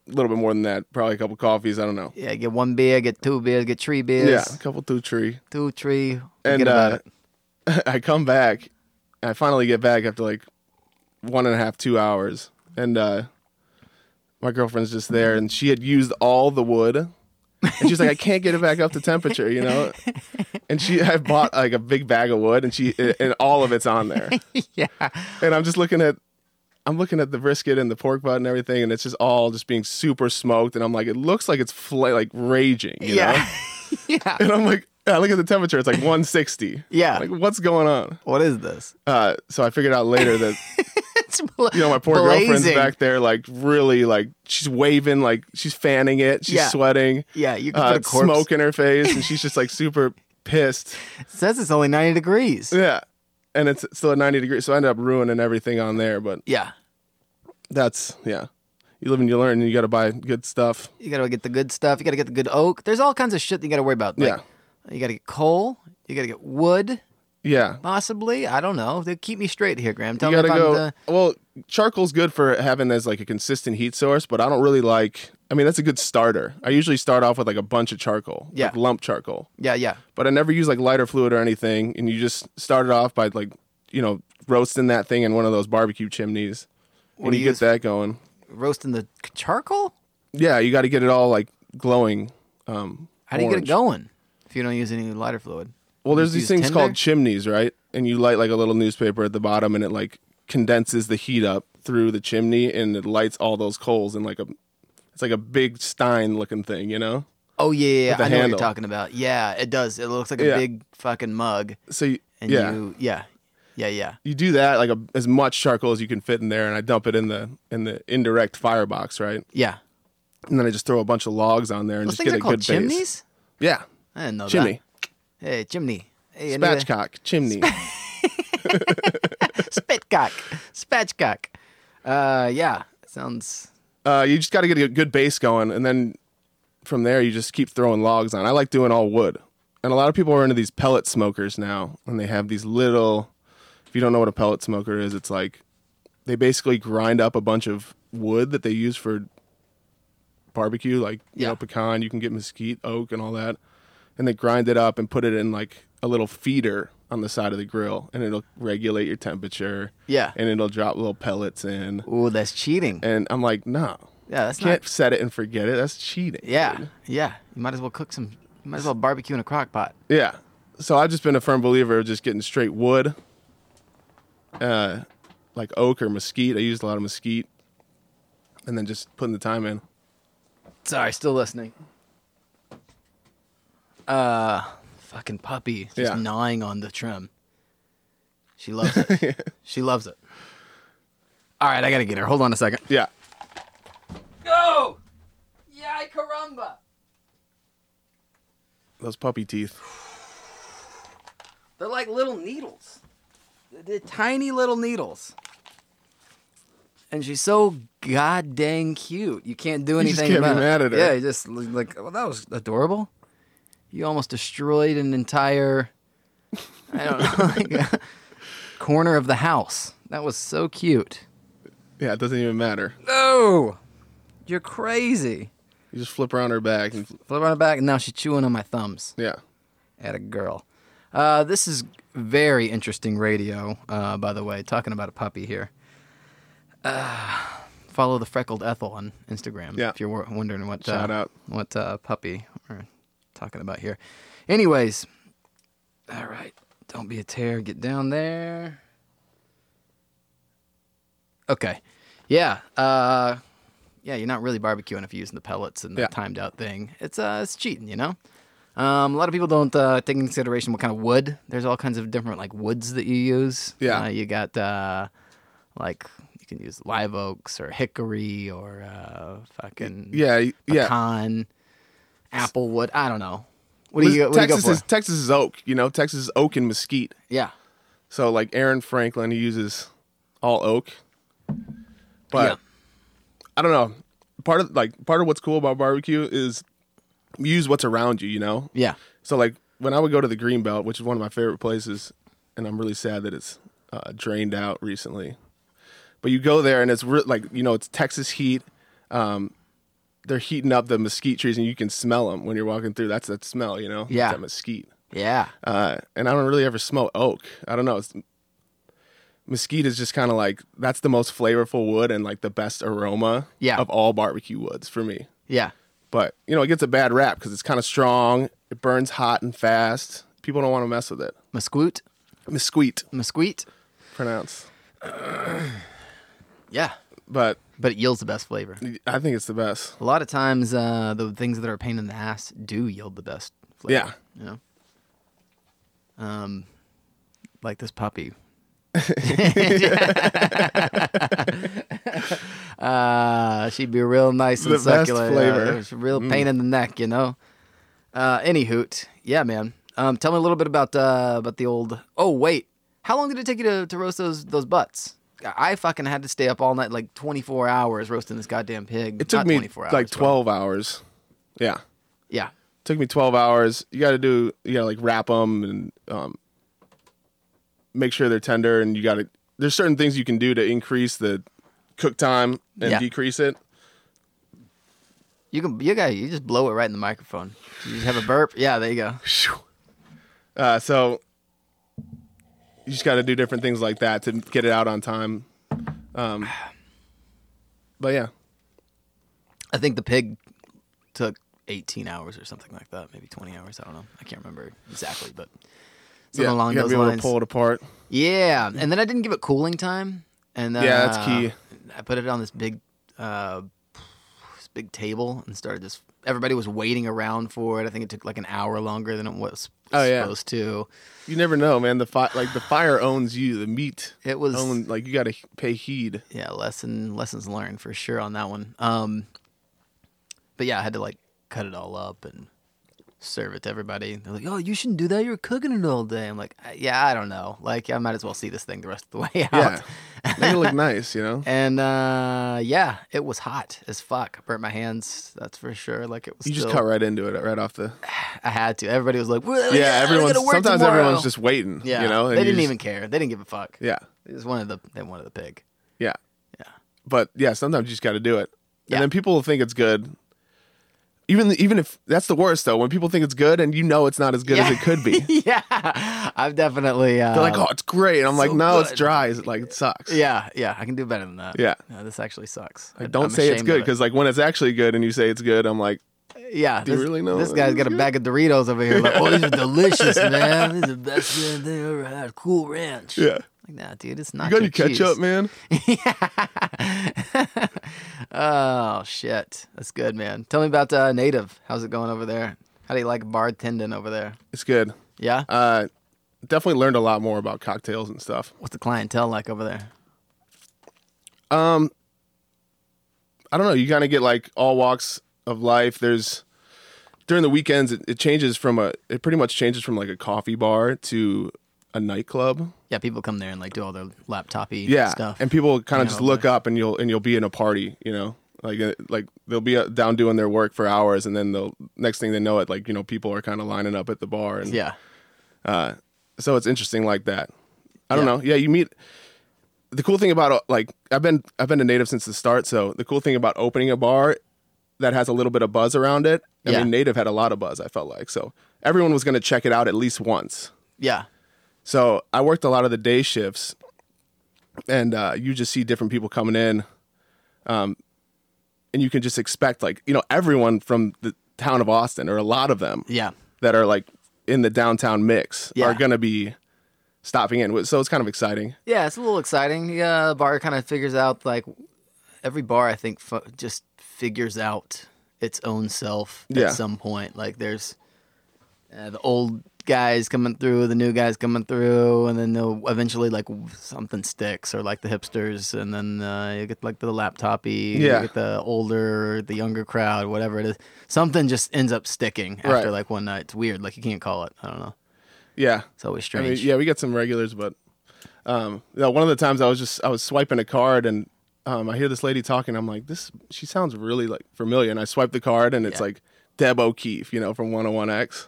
little bit more than that. Probably a couple coffees. I don't know.
Yeah, get one beer, get two beers, get three beers,
Yeah, a couple two tree.
two, three.
And
forget about
uh,
it.
I come back. I finally get back after like one and a half, two hours, and uh, my girlfriend's just there, and she had used all the wood, and she's like, "I can't get it back up to temperature," you know. And she, I bought like a big bag of wood, and she, and all of it's on there,
yeah.
and I'm just looking at. I'm looking at the brisket and the pork butt and everything, and it's just all just being super smoked. And I'm like, it looks like it's fla- like raging, you know?
Yeah. yeah.
And I'm like, I look at the temperature. It's like 160.
Yeah.
Like, what's going on?
What is this?
Uh, so I figured out later that
It's
you know my poor girlfriend's
blazing.
back there, like really, like she's waving, like she's fanning it, she's
Yeah.
sweating,
Yeah, you can
uh,
put a corpse.
smoke in her face, and she's just like super pissed.
It says it's only 90 degrees.
Yeah, and it's still at 90 degrees, so I ended up ruining everything on there. But
Yeah.
that's yeah, you live and you learn, and you got to buy good stuff.
You gotta get the good stuff. You gotta get the good oak. There's all kinds of shit that you gotta worry about. Like, You gotta get coal. You gotta get wood.
Yeah,
Possibly, I don't know. They keep me straight here, Graham. Tell
you
me
gotta
if
go.
I'm the,
Well, charcoal's good for having as like a consistent heat source, but I don't really like. I mean, that's a good starter. I usually start off with like a bunch of charcoal,
Yeah.
like lump charcoal.
yeah, yeah,
but I never use like lighter fluid or anything. And you just started off by like, you know, roasting that thing in one of those barbecue chimneys.
do
and
you
you get
use?
that going.
roasting the c- charcoal.
Yeah, you got to get it all like glowing. Um,
How do you get it
orange.
going if you don't use any lighter fluid?
Well, there's
Just
these
use
things
tinder?
called chimneys, right? And you light like a little newspaper at the bottom, and it like condenses the heat up through the chimney, and it lights all those coals in like a. It's like a big Stein looking thing, you know.
Oh yeah, yeah, yeah. I know
the
what you're
handle.
talking about. Yeah, it does. It looks like a
Yeah.
big fucking mug,
So you,
and
yeah, you,
you, yeah, yeah, yeah.
do that like a, as much charcoal as you can fit in there, and I dump it in the in the indirect firebox, right?
Yeah.
And then I just throw a bunch of logs on there and
Those
just
things
get
are
a
called
good
chimneys?
base. Yeah,
I didn't know
chimney,
that. Hey, chimney. Hey, I knew that.
spatchcock, chimney.
Spitcock. Spatchcock. Uh, yeah. Sounds.
uh, you just got to get a good base going, and then from there you just keep throwing logs on. I like doing all wood, and a lot of people are into these pellet smokers now, and they have these little. If you don't know what a pellet smoker is, it's like they basically grind up a bunch of wood that they use for barbecue, like you
Yeah.
know pecan. You can get mesquite, oak, and all that, and they grind it up and put it in like a little feeder on the side of the grill, and it'll regulate your temperature.
Yeah.
and it'll drop little pellets in.
Ooh, that's cheating.
And I'm like, no,
Yeah, that's
can't
not.
set it and forget it. That's cheating.
Yeah,
dude.
yeah. You might as well cook some. You might as well barbecue in a crock pot.
Yeah. So I've just been a firm believer of just getting straight wood, uh, like oak or mesquite. I used a lot of mesquite, and then just putting the time in.
Sorry, still listening. Uh, fucking puppy just
Yeah.
gnawing on the trim. She loves it. She loves it. All right, I gotta get her. Hold on a second.
Yeah.
Go! Yay, caramba!
Those puppy teeth.
They're like little needles. They're, they're tiny little needles. And she's so god dang cute. You can't do
just
anything
can't be
about
mad
it.
at her.
Yeah, you just l- like, well, that was adorable. You almost destroyed an entire, I don't know, like a corner of the house. That was so cute.
Yeah, it doesn't even matter.
No, you're crazy.
You just flip around her back and
Flip on her back, and now she's chewing on my thumbs.
yeah.
at a girl. Uh, this is very interesting radio, uh, by the way, talking about a puppy here. Uh, follow the freckled Ethel on Instagram
Yeah.
if you're wo- wondering what
Shout
uh,
out.
what uh, puppy we're talking about here. Anyways, all right, don't be a tear. Get down there. Okay, yeah, uh, yeah. You're not really barbecuing if you're using the pellets and the
Yeah.
timed out thing. It's uh, it's cheating, you know. Um, a lot of people don't uh, take into consideration what kind of wood. There's all kinds of different like woods that you use.
Yeah.
Uh, you got uh, like you can use live oaks or hickory or uh, fucking
Yeah. y- Yeah.
pecan, apple wood. I don't know. What do
Liz-
you what do you go
Texas
for?
is Texas is oak, you know. Texas is oak and mesquite.
yeah.
So like Aaron Franklin, he uses all oak. But
Yeah.
I don't know. Part of like part of what's cool about barbecue is you use what's around you, you know?
Yeah.
So like when I would go to the Greenbelt, which is one of my favorite places, and I'm really sad that it's uh, drained out recently. But you go there and it's re- like you know it's Texas heat. Um, they're heating up the mesquite trees and you can smell them when you're walking through. That's that smell, you know? It's
Yeah.
that mesquite.
Yeah.
Uh, and I don't really ever smell oak. I don't know. It's, mesquite is just kind of like that's the most flavorful wood and like the best aroma
Yeah.
of all barbecue woods for me.
Yeah.
But you know, it gets a bad rap because it's kind of strong. It burns hot and fast. People don't want to mess with it.
Mesquite.
Mesquite,
Mesquite.
pronounce.
Yeah.
But
But it yields the best flavor.
I think it's the best.
A lot of times, uh, the things that are a pain in the ass do yield the best flavor.
Yeah.
You know? Um, like this puppy. uh, she'd be real nice and
The best
succulent. Uh,
flavor. Mm.
it's a real pain in the neck, you know. Uh, any hoot, yeah, man. Um, tell me a little bit about uh, about the old. Oh wait, how long did it take you to, to roast those those butts? I I fucking had to stay up all night, like twenty four hours roasting this goddamn pig.
It took
Not
me
24 hours,
like
but-
12 hours. Yeah.
Yeah,
took me 12 hours you gotta do you gotta like wrap them and um, make sure they're tender and you gotta there's certain things you can do to increase the cook time and
Yeah.
decrease it
you can. You got. You just blow it right in the microphone. You just have a burp. Yeah, there you go.
uh, so you just gotta do different things like that to get it out on time um, but yeah
I think the pig took 18 hours or something like that, maybe 20 hours. I don't know. I can't remember exactly, but something
Yeah,
along
you gotta
those
be able
lines.
to pull it apart.
Yeah, and then I didn't give it cooling time, and then,
Yeah, that's
uh,
key.
I put it on this big, uh, this big table and started this. Everybody was waiting around for it. I think it took like an hour longer than it was
Oh, yeah.
supposed to.
You never know, man. The fi- like the fire owns you. The meat
It was
own like you got to pay heed.
yeah lesson lessons learned for sure on that one. Um, but yeah, I had to like cut it all up and serve it to everybody. They're like, "Oh, you shouldn't do that. You're cooking it all day." I'm like, "Uh, "Yeah, I don't know. Like, I might as well see this thing the rest of the way out."
Yeah, make it look nice. You know,
And uh, yeah, it was hot as fuck. I burnt my hands, that's for sure. Like it was.
you just
still-
cut right into it right off the.
I had to. Everybody was like, "Well,
Yeah,
I gotta
everyone's
work
sometimes
tomorrow."
everyone's just waiting.
yeah.
you know, and
they
you
didn't
just-
even care. They didn't give a fuck.
Yeah,
It was one of the they wanted the pig.
yeah,
Yeah.
But yeah, sometimes you just got to do it,
Yeah.
and then people will think it's good. Even even if that's the worst though, when people think it's good and you know it's not as good as
Yeah.
it could be,
yeah, I've definitely. Uh,
they're like, "Oh, it's great," and I'm like,
so
"No, it's
good."
dry. It's like it sucks."
Yeah, yeah, I can do better than that.
Yeah.
no, this actually sucks. I,
Like, don't
I'm
say it's
ashamed
good
of it.
because like when it's actually good and you say it's good, I'm like,
yeah,
do you
this,
really know
this
that
guy's
it's
got a
good?
bag of Doritos over here. Like, oh, these are delicious, man. These are the best damn thing I ever had. Cool Ranch.
yeah,
like, nah, dude, it's not.
you got
your
any ketchup,
cheese.
man?
oh shit, that's good, man. Tell me about uh, Native. How's it going over there? How do you like bartending over there?
It's good.
Yeah.
Uh, definitely learned a lot more about cocktails and stuff.
What's the clientele like over there?
Um, I don't know. You kind of get like all walks of life. There's during the weekends, it, it changes from a. It pretty much changes from like a coffee bar to a nightclub.
Yeah, people come there and like do all their laptopy
Yeah,
stuff.
and people kind of
Yeah,
just look up, and you'll and you'll be in a party. You know, like uh, like they'll be uh, down doing their work for hours, and then they'll next thing they know it, like you know, people are kind of lining up at the bar. And,
yeah,
so it's interesting like that. I don't
Yeah.
know. Yeah, you meet. The cool thing about uh, like I've been I've been a native since the start. So the cool thing about opening a bar that has a little bit of buzz around it. I
Yeah.
mean, native had a lot of buzz. I felt like so everyone was going to check it out at least once.
yeah,
So I worked a lot of the day shifts, and uh, you just see different people coming in, um, and you can just expect like you know everyone from the town of Austin or a lot of them
yeah,
that are like in the downtown mix
Yeah.
are going to be stopping in. So it's kind of exciting.
yeah. It's a little exciting. Yeah, the bar kind of figures out like every bar I think fu- just figures out its own self
Yeah.
at some point. Like there's uh, the old guys coming through, the new guys coming through, and then they'll eventually like something sticks or like the hipsters, and then uh, you get like the laptopy,
Yeah.
you get the older, the younger crowd, whatever it is. Something just ends up sticking after
Right.
like one night. It's weird. Like you can't call it. I don't know.
Yeah.
It's always
I mean,
strange.
yeah, we got some regulars, but um, you know, one of the times I was just I was swiping a card and um, I hear this lady talking. I'm like, this she sounds really like familiar, and I swipe the card and it's
Yeah.
like Deb O'Keefe, you know, from 101X.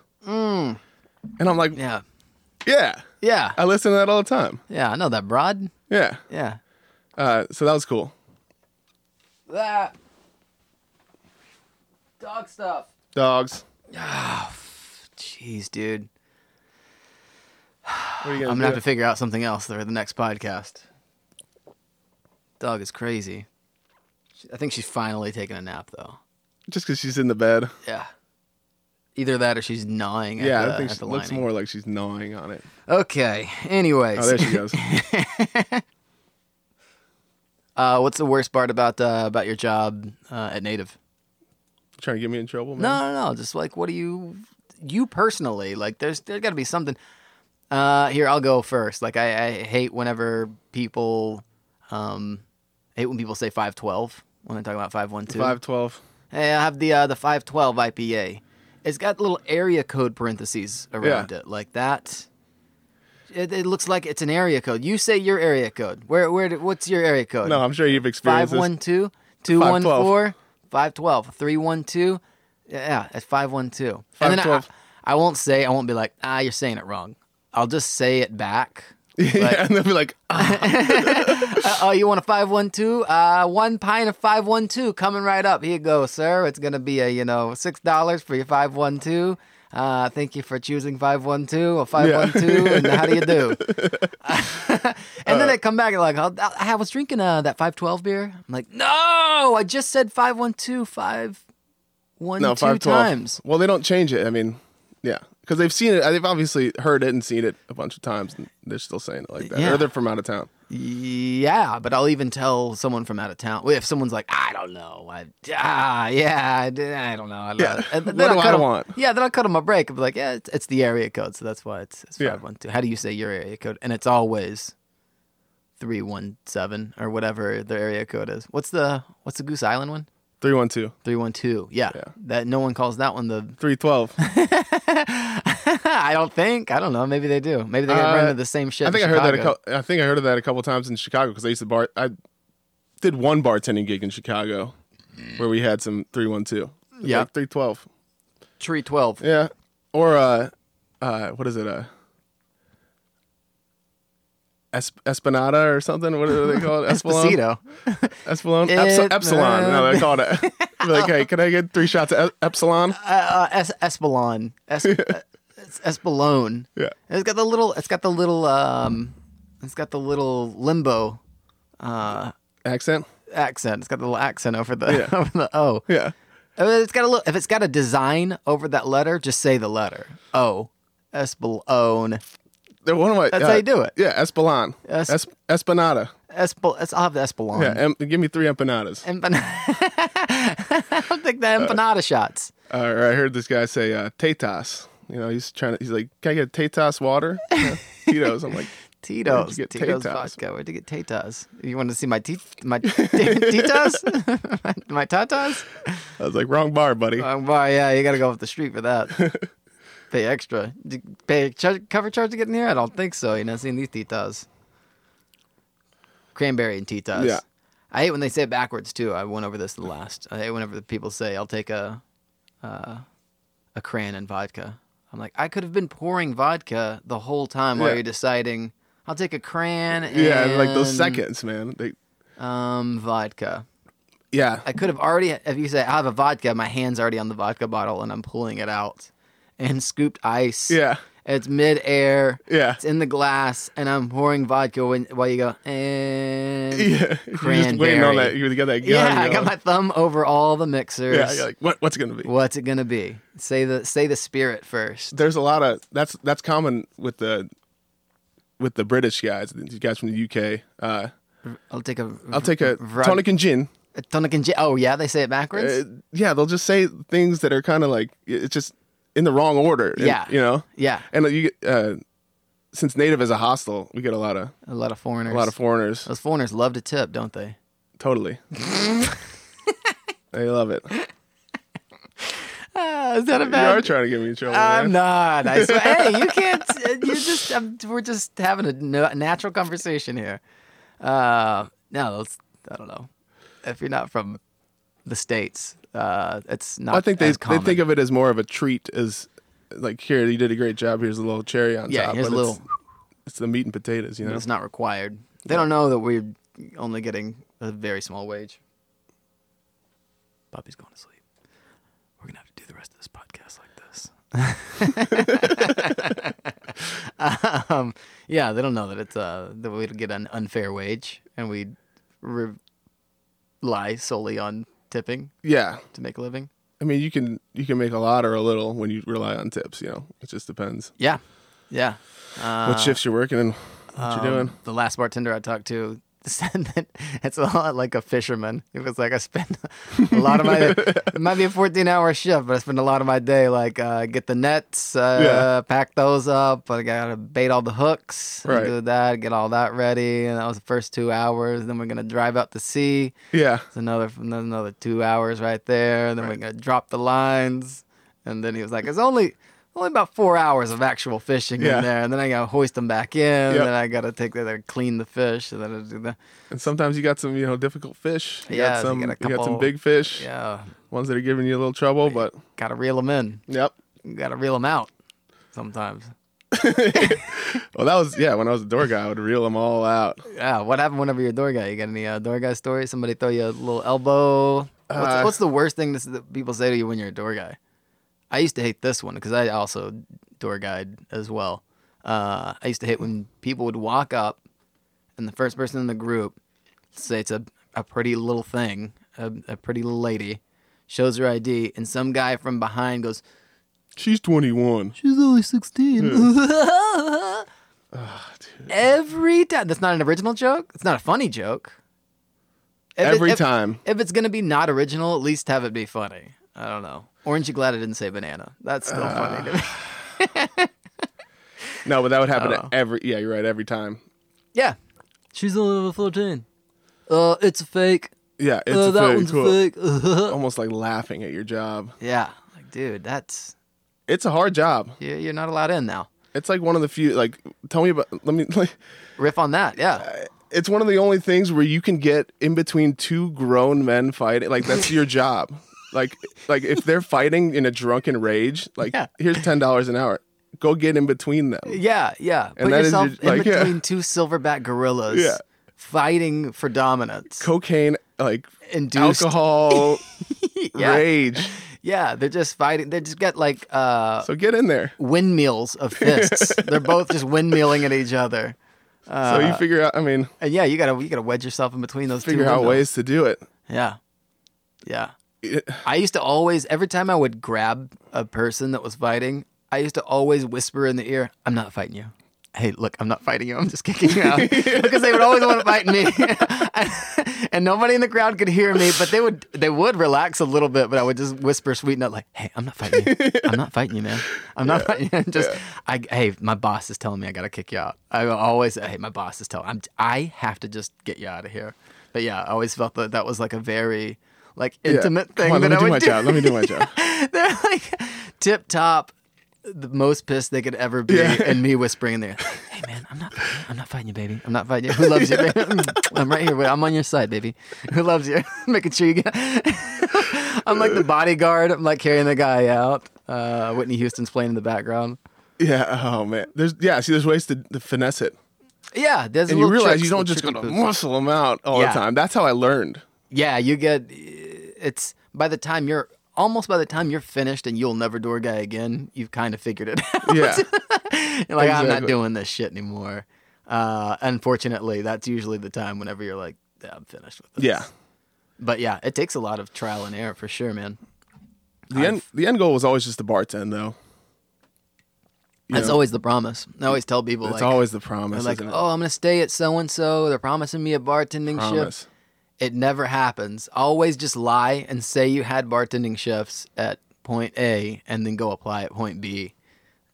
And I'm like, yeah.
Mm. yeah. Yeah.
I listen to that all the time.
Yeah. I know that broad.
Yeah.
Yeah.
Uh, so that was cool.
That dog stuff.
Dogs.
Jeez, dude.
What are you gonna
I'm
do?
gonna have to figure out something else for the next podcast. Dog is crazy. She- I think she's finally taking a nap though.
just because she's in the bed.
Yeah. Either that or she's gnawing. At
Yeah,
the,
I think
at
she
the
looks
lining.
more like she's gnawing on it.
Okay. Anyways,
Oh, there she goes.
uh, what's the worst part about uh, about your job uh, at Native?
Trying to get me in trouble, man.
No, no, no. Just like, what do you, you personally like? There's there got to be something. Uh, here I'll go first. Like I, I hate whenever people, um, I hate when people say five twelve when they talk about five one two.
Five twelve.
Hey, I have the uh, the five twelve IPA. It's got little area code parentheses around it, like that. It, it looks like it's an area code. You say your area code. Where where? do- What's your area code?
No, I'm sure you've
Five
experienced this.
one two two one
512.
four five twelve three one two. Yeah, it's five one two. And then I,
512.
I won't say. I won't be like, ah, you're saying it wrong. I'll just say it back.
yeah, and they'll be like, "Ah,
Uh, oh, you want a five one two? Uh, one pint of five one two coming right up. Here you go, sir. It's gonna be a you know six dollars for your five one two. Uh, thank you for choosing five one two or five one two. And how do you do? and
Uh,
then they come back and like, oh, I I was drinking uh, that five twelve beer. I'm like, no, I just said five one two five one,
No,
two
five twelve.
times.
Well, they don't change it. I mean, yeah, because they've seen it. They've obviously heard it and seen it a bunch of times, and they're still saying it like that.
Yeah.
Or they're from out of town.
Yeah, but I'll even tell someone from out of town. If someone's like, I don't know, I, ah, yeah, I, d- I don't know. I don't
Yeah.
know." And
What
then I'll
do I
cut 'em-
want?
Yeah, then I'll cut them a break. I'll be like, yeah, it's, it's the area code, so that's why it's, it's
Yeah.
512. How do you say your area code? And it's always 317 or whatever their area code is. What's the what's the Goose Island one?
Three one two.
312. Yeah.
Yeah.
That no one calls that one the
Three twelve.
I don't think. I don't know. Maybe they do. Maybe they
Uh,
run into the same shit.
I think I
in
heard that. A
Chicago.
couple, I think I heard of that a couple times in Chicago because I used to bar. I did one bartending gig in Chicago where we had some three one two.
Yeah.
three twelve.
Tree 12.
Yeah, or uh, uh, what is it? Uh, es- Esplanada or something. What do they call it? Espelon.
Esposito.
Espelon. Epsi-
It-
Epsilon. No, they call it. Be like, hey, can I get three shots of e- Epsilon?
uh, uh, es- Espelon. Es- uh, es- Espelone.
Yeah.
And It's got the little. It's got the little. Um, it's got the little limbo uh,
Accent.
accent. It's got the little accent over the
Yeah.
over the O.
Yeah.
I mean, It's got a little. If it's got a design over that letter, just say the letter O. Espelone.
They're One of my, uh,
That's how you do it.
Yeah, Espelon.
Es- Um.
Es- Esplanada.
Espel. it's- I'll have the Espelon.
Yeah, em- give me three empanadas.
Empan- I'll take the
Uh,
empanada shots.
Or I heard this guy say uh, Tetas. You know, he's trying to. He's like, "Can I get Tetas water?" Yeah, Tito's. I'm like,
Tito's,
get
Tito's
Tatas?
vodka. Where'd you get Tatas? You want to see my teeth, my Titas, my, my Tatas?
I was like, "Wrong bar, buddy."
Um, well, yeah, you got to go off the street for that. pay extra. Do you pay a char- cover charge to get in here? I don't think so. You're not seeing these Titas. Cranberry and Titas.
Yeah.
I hate when they say it backwards too. I went over this the last. I hate whenever the people say, "I'll take a, uh, a cran and vodka." I'm like, I could have been pouring vodka the whole time while
Yeah.
you're deciding. I'll take a cran and
yeah, like those seconds, man. They,
um vodka.
yeah,
I could have already, if you say, I have a vodka, my hand's already on the vodka bottle and I'm pulling it out and scooped ice.
yeah,
It's midair.
yeah,
It's in the glass and I'm pouring vodka when, while you go, and.
yeah. You're just waiting
Cranberry.
on that. You got that gun.
Yeah,
you
I got
know.
my thumb over all the mixers.
Yeah, you're like, what? What's it gonna be?
What's it gonna be? Say the say the spirit first.
There's a lot of that's that's common with the with the British guys. You guys from the UK. Uh,
I'll take a.
I'll take a
Vrod-
tonic and gin.
a tonic and gin. Oh yeah, they say it backwards.
Uh, yeah, they'll just say things that are kind of like it's just in the wrong order. and-
Yeah.
you know.
yeah,
And you, uh, since native is a hostile, we get a lot of
a lot of foreigners.
a lot of foreigners.
those foreigners love to tip, don't they?
Totally, they love it. You
Ah, is that a bad?
are trying to get me in trouble,
I'm
man.
not. I swear. hey, you can't. You just. I'm, we're just having a na- natural conversation here. Uh, no, that's I don't know. If you're not from the states, uh, it's not.
I think they
as
they
common.
think of it as more of a treat, as like here you did a great job. Here's a little cherry on
Yeah,
top.
here's
but
a
it's-
little-
It's, the meat and potatoes, you know.
it's not required. They don't know that we're only getting a very small wage. Bobby's going to sleep. We're gonna have to do the rest of this podcast like this. um, yeah, they don't know that it's uh, that we get an unfair wage and we re- rely solely on tipping
Yeah,
to make a living.
I mean you can you can make a lot or a little when you rely on tips. You know, it just depends
Yeah, yeah. Uh,
what shifts you're working and what you're
Um,
doing.
The last bartender I talked to said that it's a lot like a fisherman. It was like I spend a lot of my it might be a 14 hour shift, but I spend a lot of my day like uh, get the nets, uh,
Yeah.
pack those up. I gotta bait all the hooks,
Right.
do that, get all that ready, and that was the first two hours. Then we're gonna drive out to sea.
Yeah,
It's another another two hours right there. Then we're gonna drop the lines, and then he was like, "It's only only about four hours of actual fishing
Yeah.
in there." And then I gotta hoist them back in, and
Yep.
then I gotta take that and clean the fish, and then I do the
and sometimes you got some you know difficult fish. You
Yeah,
got
so you
some
get a
you got
couple-
some big fish.
yeah,
ones that are giving you a little trouble, but
gotta reel them in,
yep.
gotta reel them out sometimes.
Well, that was yeah. When I was a door guy, I would reel them all out.
Yeah, what happened whenever you're a door guy? You got any uh, door guy stories? Somebody throw you a little elbow? What's,
Uh,
what's the worst thing this, that people say to you when you're a door guy? I used to hate this one because I also door guide as well. Uh, I used to hate when people would walk up and the first person in the group say it's a, a pretty little thing, a, a pretty little lady. shows her ID, and some guy from behind goes,
She's 21.
She's only 16.
Hmm.
Every time. That's not an original joke. It's not a funny joke. If it-
Every
if-
time.
If it's going to be not original, at least have it be funny. I don't know. Aren't you glad I didn't say banana? That's still funny to me.
No, but that would happen
Oh.
to every. Yeah, you're right. Every time.
Yeah. She's only 14. Uh, it's a fake.
Yeah, it's
uh,
a
that
fake,
one's
cool.
a fake.
Almost like laughing at your job.
yeah. Like, dude, that's.
It's a hard job.
you- You're not allowed in now.
It's like one of the few. Like, tell me about. Let me. Like,
Riff on that. Yeah.
it's one of the only things where you can get in between two grown men fighting. Like that's your job. Like like if they're fighting in a drunken rage, like
Yeah.
here's ten dollars an hour. Go get in between them.
Yeah. Yeah. Put
that is
yourself
your-
in
like, yeah.
between two silverback gorillas
Yeah.
fighting for dominance.
Cocaine, like
Induced.
alcohol,
Yeah.
rage.
Yeah. They're just fighting. They just got like uh,
So get in there.
windmills of fists. they're both just windmilling at each other.
so
Uh,
you figure out. I mean,
And yeah, you gotta you gotta wedge yourself in between those
figure
two.
out
windows.
ways to do it.
Yeah. Yeah.
It-
I used to always every time I would grab a person that was fighting, I used to always whisper in the ear, I'm not fighting you. Hey, look, I'm not fighting you. I'm just kicking you out. because they would always want to fight me. and nobody in the crowd could hear me, but they would they would relax a little bit, but I would just whisper sweet note like, "Hey, I'm not fighting you. I'm not fighting you, man. I'm not fighting you." Just I hey, my boss is telling me I got to kick you out. I will always hey, my boss is telling I'm I have to just get you out of here. But yeah, I always felt that that was like a very like
yeah.
intimate
Come
thing
on,
that
let me
I
do
would
my
do.
job. Let me do my job.
They're like tip top, the most pissed they could ever be,
Yeah.
and me whispering in there, "Hey man, I'm not, I'm not fighting you, baby. I'm not fighting you. Who loves you, baby? I'm right here. with- I'm on your side, baby. Who loves you? Making sure you get. I'm like the bodyguard. I'm like carrying the guy out. Uh, Whitney Houston's playing in the background.
Yeah. Oh man. There's yeah. See, there's ways to, to finesse it,
Yeah, there's
and you
little
realize
tricks,
you don't
little
just
tricky
gotta
boots.
muscle them out all
Yeah.
the time. That's how I learned.
Yeah, you get. It's by the time you're almost by the time you're finished and you'll never door guy again. You've kind of figured it out.
Yeah.
You're like, I'm not
Exactly.
doing this shit anymore. Uh, unfortunately, that's usually the time whenever you're like, yeah, I'm finished with this.
yeah.
But yeah, it takes a lot of trial and error for sure, man.
The end, the end goal was always just the bartend, though. You
That's
know,
always the promise. I always tell people,
it's
like,
always the
they're
promise.
like,
isn't it?
oh, I'm going to stay at so and so. They're promising me a bartending
promise.
shift. It never happens. Always just lie and say you had bartending shifts at point A and then go apply at point B.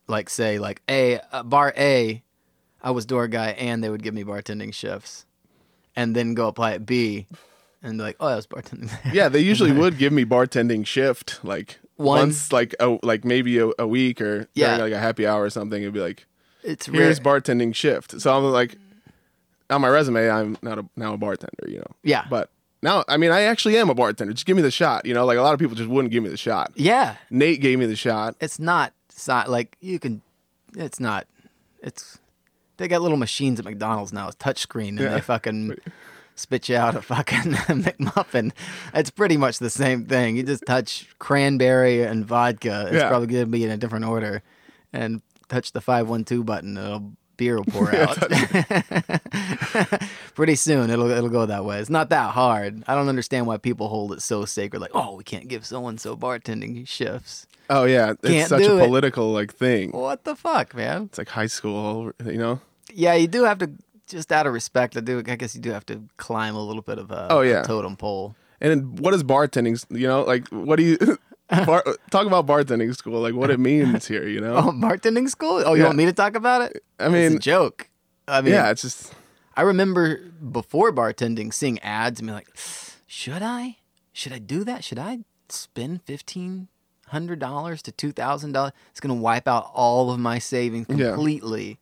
Like say like A uh, bar A, I was door guy and they would give me bartending shifts, and then go apply at B, and be like oh I was bartending. there."
Yeah, they usually would give me bartending shift, like
One-
once, like a, like maybe a, a week or
Yeah.
during, like a happy hour or something. It'd be like,
it's rare.
here's bartending shift. So I'm like, on my resume, I'm not a, now a bartender, you know.
Yeah.
But now, I mean, I actually am a bartender. Just give me the shot, you know. Like a lot of people just wouldn't give me the shot.
yeah,
Nate gave me the shot.
it's not it's not like you can. It's not. It's they got little machines at McDonald's now. It's touchscreen and they
Yeah.
fucking spit you out a fucking McMuffin. It's pretty much the same thing. You just touch cranberry and vodka. It's
Yeah.
probably gonna be in a different order, and touch the five one two button. and It'll beer will pour out. pretty soon it'll it'll go that way. It's not that hard. I don't understand why people hold it so sacred. Like, oh, we can't give so and so bartending shifts.
Oh yeah,
Can't
it's such a
do it.
political like thing.
What the fuck, man?
It's like high school, all over, you know.
Yeah, you do have to just out of respect. I do. I guess you do have to climb a little bit of a
Oh, yeah.
totem pole.
And then what is bartending? You know, like what do you bar, talk about bartending school? Like what it means here? You know,
Oh, bartending school? Oh, you
Yeah.
want me to talk about it?
I
it's a
mean,
joke. I mean,
yeah, it's just
I remember before bartending seeing ads and being like, should I? Should I do that? Should I spend fifteen hundred dollars to two thousand dollars? It's gonna wipe out all of my savings
Yeah.
completely.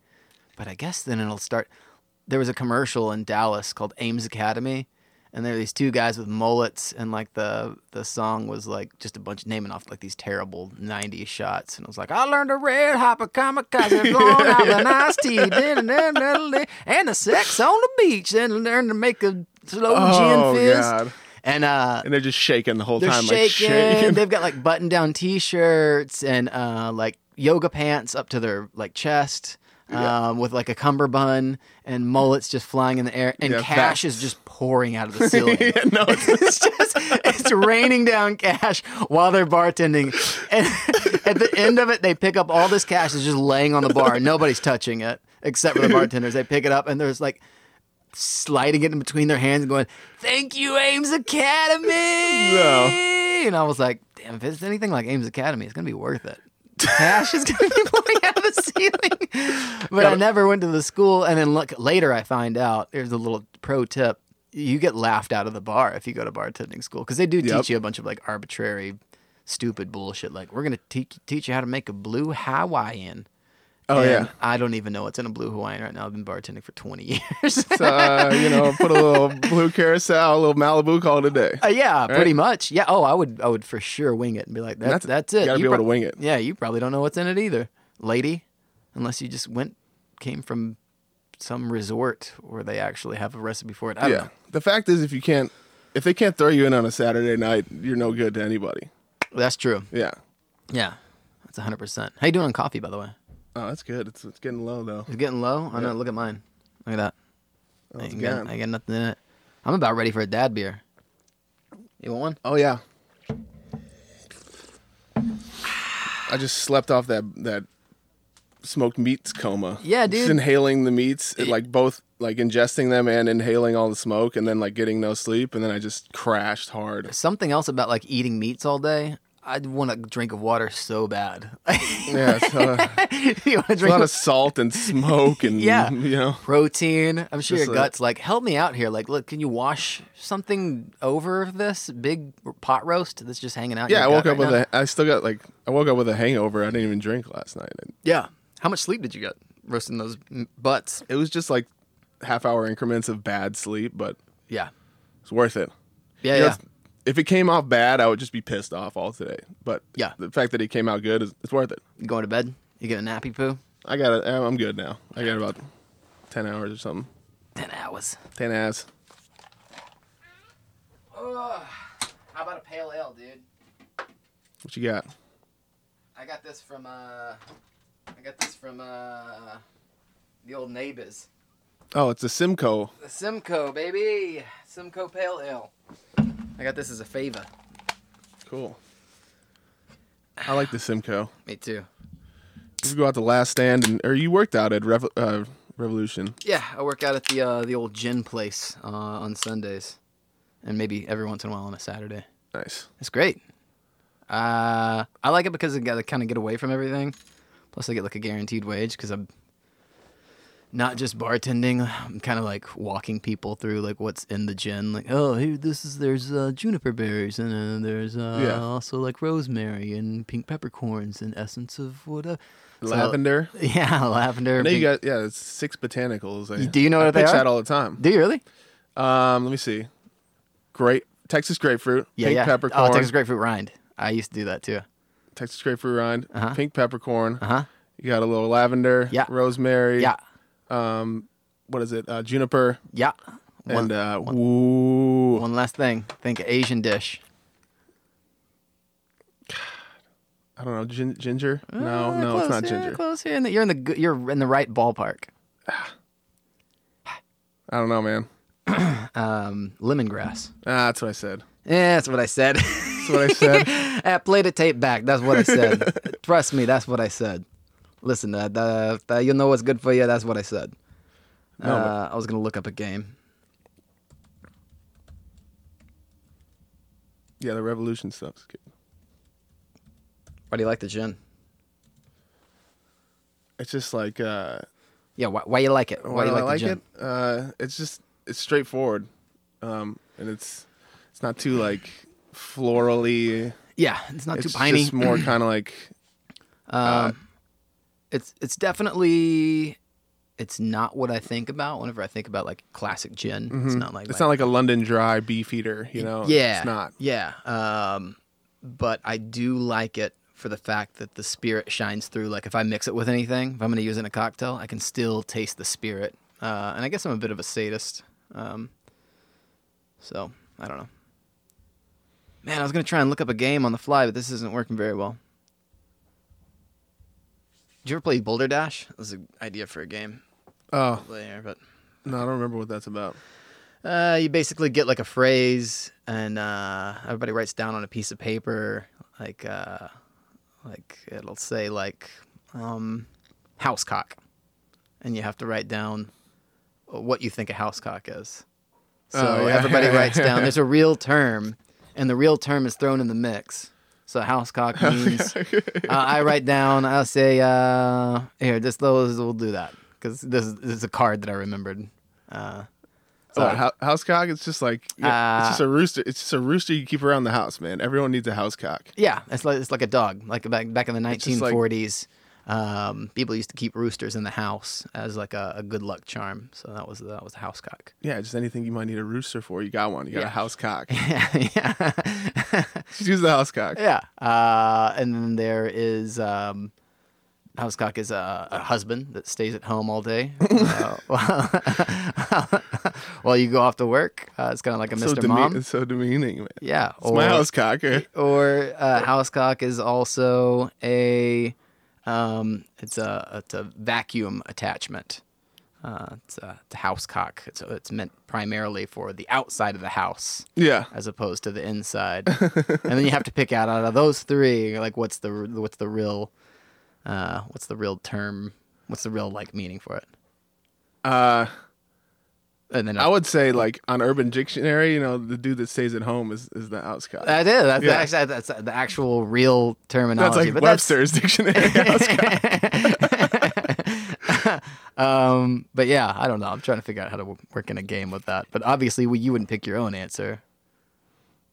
But I guess then it'll start. There was a commercial in Dallas called Ames Academy, and there were these two guys with mullets, and like the the song was like just a bunch naming off like these terrible '90s shots, and it was like I learned a red hopper kamikaze blown out an iced tea, da-da-da-da-da-da, and the sex on the beach, and learned to make a slow
Oh,
gin fizz,
God.
and uh,
and they're just shaking the whole
they're
time, like
shaking.
shaking.
They've got like button down t shirts and uh, like yoga pants up to their like chest. um, with like a cummerbund and mullets just flying in the air, and
Yeah,
cash
facts.
is just pouring out of the ceiling.
yeah, no, it's-
it's just it's raining down cash while they're bartending, and at the end of it, they pick up all this cash that's just laying on the bar. Nobody's touching it except for the bartenders. They pick it up and there's like. Sliding it in between their hands, and going, "Thank you, Ames Academy."
No.
And I was like, "Damn, if it's anything like Ames Academy, it's gonna be worth it." Cash is gonna be pouring out of the ceiling. But I never went to the school, and then look later, I find out. Here's a little pro tip: you get laughed out of the bar if you go to bartending school because they do
Yep.
teach you a bunch of like arbitrary, stupid bullshit. Like we're gonna te- teach you how to make a blue Hawaiian.
Oh,
And
yeah.
I don't even know what's in a blue Hawaiian right now. I've been bartending for twenty years.
So, uh, you know, put a little blue carousel, a little Malibu call today.
Uh, yeah, pretty much. Yeah. Oh, I would, I would for sure wing it and be like, that, that's,
That's-
that's it.
you gotta be able to
prob-
wing it.
Yeah, you probably don't know what's in it either, lady, unless you just went, came from some resort where they actually have a recipe for it. I don't
Yeah. The fact is, if you can't, if they can't throw you in on a Saturday night, you're no good to anybody.
know. That's true.
Yeah.
Yeah, that's hundred percent. How you doing on coffee, by the way?
Oh, that's good. It's, it's getting low though.
It's getting low. I know. Look at mine. Look at that.
Oh,
I ain't, got,
good.
I ain't got nothing in it. I'm about ready for a dad beer. You want one?
Oh yeah. I just slept off that that smoked meats coma.
Yeah, dude.
Just inhaling the meats, it, like both like ingesting them and inhaling all the smoke, and then like getting no sleep, and then I just crashed hard.
Something else about like eating meats all day. I'd want a drink of water so bad.
Yeah, it's uh,
you want to
a
drink
lot
a
of salt and smoke, and
Yeah.
you know.
protein? I'm sure your
Just like-
gut's like, help me out here. Like, look, can you wash something over this big pot roast that's just hanging out? in
Yeah, I
your
woke
gut
up
right
with
now?
a. I still got like I woke up with a hangover. I didn't even drink last night. It,
Yeah. How much sleep did you get roasting those mm, butts?
it was just like half hour increments of bad sleep, but
Yeah.
it's worth it.
Yeah,
You know,
yeah.
it's- If it came out bad, I would just be pissed off all today. But
Yeah.
the fact that it came out good is it's worth it.
You going to bed? You get a nappy poo?
I got it. I'm good now. I got about ten hours or something.
10 hours.
Ten hours.
How about a pale ale, dude?
What you got?
I got this from, uh, I got this from, uh, the old neighbors.
Oh, it's a Simcoe.
The Simcoe, baby. Simcoe Pale Ale. I got this as a favor.
Cool. I like the Simcoe.
Me too.
You go out to Last Stand, and or you worked out at Revo- uh, Revolution.
Yeah, I work out at the uh, the old gin place uh, on Sundays, and maybe every once in a while on a Saturday.
Nice.
It's great. Uh, I like it because I got to kind of get away from everything. Plus, I get like a guaranteed wage because I'm not just bartending. I'm kind of like walking people through like what's in the gin. Like, oh, here, this is there's uh, juniper berries and uh, there's uh,
Yeah.
also like rosemary and pink peppercorns and essence of whatever. So-
Lavender.
yeah, lavender.
I know you
pink-
got yeah, it's six botanicals. I,
Do you know
I
what they
pitch
are?
that all the time.
Do you really?
Um, let me see. Grape Texas grapefruit. pink peppercorn.
Oh, Texas grapefruit rind. I used to do that too.
Texas grapefruit rind,
Uh-huh.
pink peppercorn.
Uh huh.
You got a little lavender,
Yeah.
rosemary.
Yeah.
What is it? Uh, juniper
Yeah. One,
and uh, woo.
one last thing. Think Asian dish.
I don't know, gin- ginger? no, no, it's not ginger.
Uh, Close here. In the, you're in the good- you're in the right ballpark.
I don't know, man.
Um, lemongrass.
Ah, that's what I said.
Yeah, that's what I said.
That's what I said.
I played the tape back. That's what I said. Trust me, that's what I said. Listen, uh, the, uh, you know what's good for you. That's what I said.
No,
uh, I was gonna look up a game.
yeah, the revolution stuff's good.
Why do you like the gin?
It's just like uh,
Yeah, why, why you like it? Why,
why
you
do I
the
like
gin?
it? Uh, it's just it's straightforward, um, and it's it's not too like florally.
Yeah, it's not
it's
too piney.
just more kind of like
it's it's definitely it's not what I think about whenever I think about like classic gin. It's not like
it's
that.
not like a London dry beefeater, you know?
yeah,
it's not.
yeah. Um, but I do like it for the fact that the spirit shines through. Like if I mix it with anything, if I'm going to use it in a cocktail, I can still taste the spirit. Uh, and I guess I'm a bit of a sadist, um, so I don't know. Man, I was gonna try and look up a game on the fly, but this isn't working very well. Did you ever play Boulder Dash? That was an idea for a game
Oh
later, but
no, I don't remember what that's about.
Uh, you basically get like a phrase, and uh, everybody writes down on a piece of paper, like uh, like it'll say like um, housecock, and you have to write down what you think a housecock is. So
Oh, yeah.
everybody writes down. There's a real term, and the real term is thrown in the mix. So housecock means uh, I write down. I'll say uh, here. This those will do that because this, is- this is a card that I remembered. Uh,
Oh,
Sorry.
hou- house cock. It's just like yeah,
Uh,
it's just a rooster. It's just a rooster you keep around the house, man. Everyone needs a house cock.
Yeah, it's like it's like a dog. Like back back in the
just like-
1940s, um, people used to keep roosters in the house as like a, a good luck charm. So that was that was the house cock.
Yeah, just anything you might need a rooster for, you got one. You got
Yeah.
a house cock.
yeah,
just use the house cock.
yeah. Uh, and then there is um, house cock is a, a husband that stays at home all day uh, while, while you go off to work. Uh, it's kind of like a
So
Mr.
deme-
Mom.
It's so demeaning, man.
yeah,
It's my house cock. eh?
or uh, housecock is also a um, it's a it's a vacuum attachment. Uh, it's, a, it's a housecock. It's it's meant primarily for the outside of the house
Yeah.
as opposed to the inside. and then you have to pick out out of those three, like what's the r- what's the real uh, what's the real term? What's the real like meaning for it?
Uh,
And then
I would say like on Urban Dictionary, you know, the dude that stays at home is, is the house cock.
that is that's,
Yeah.
actually, that's the actual real terminology.
that's like
but that's-
Webster's dictionary. house cock.
um, but yeah, I don't know. I'm trying to figure out how to w- work in a game with that. But obviously, we, you wouldn't pick your own answer.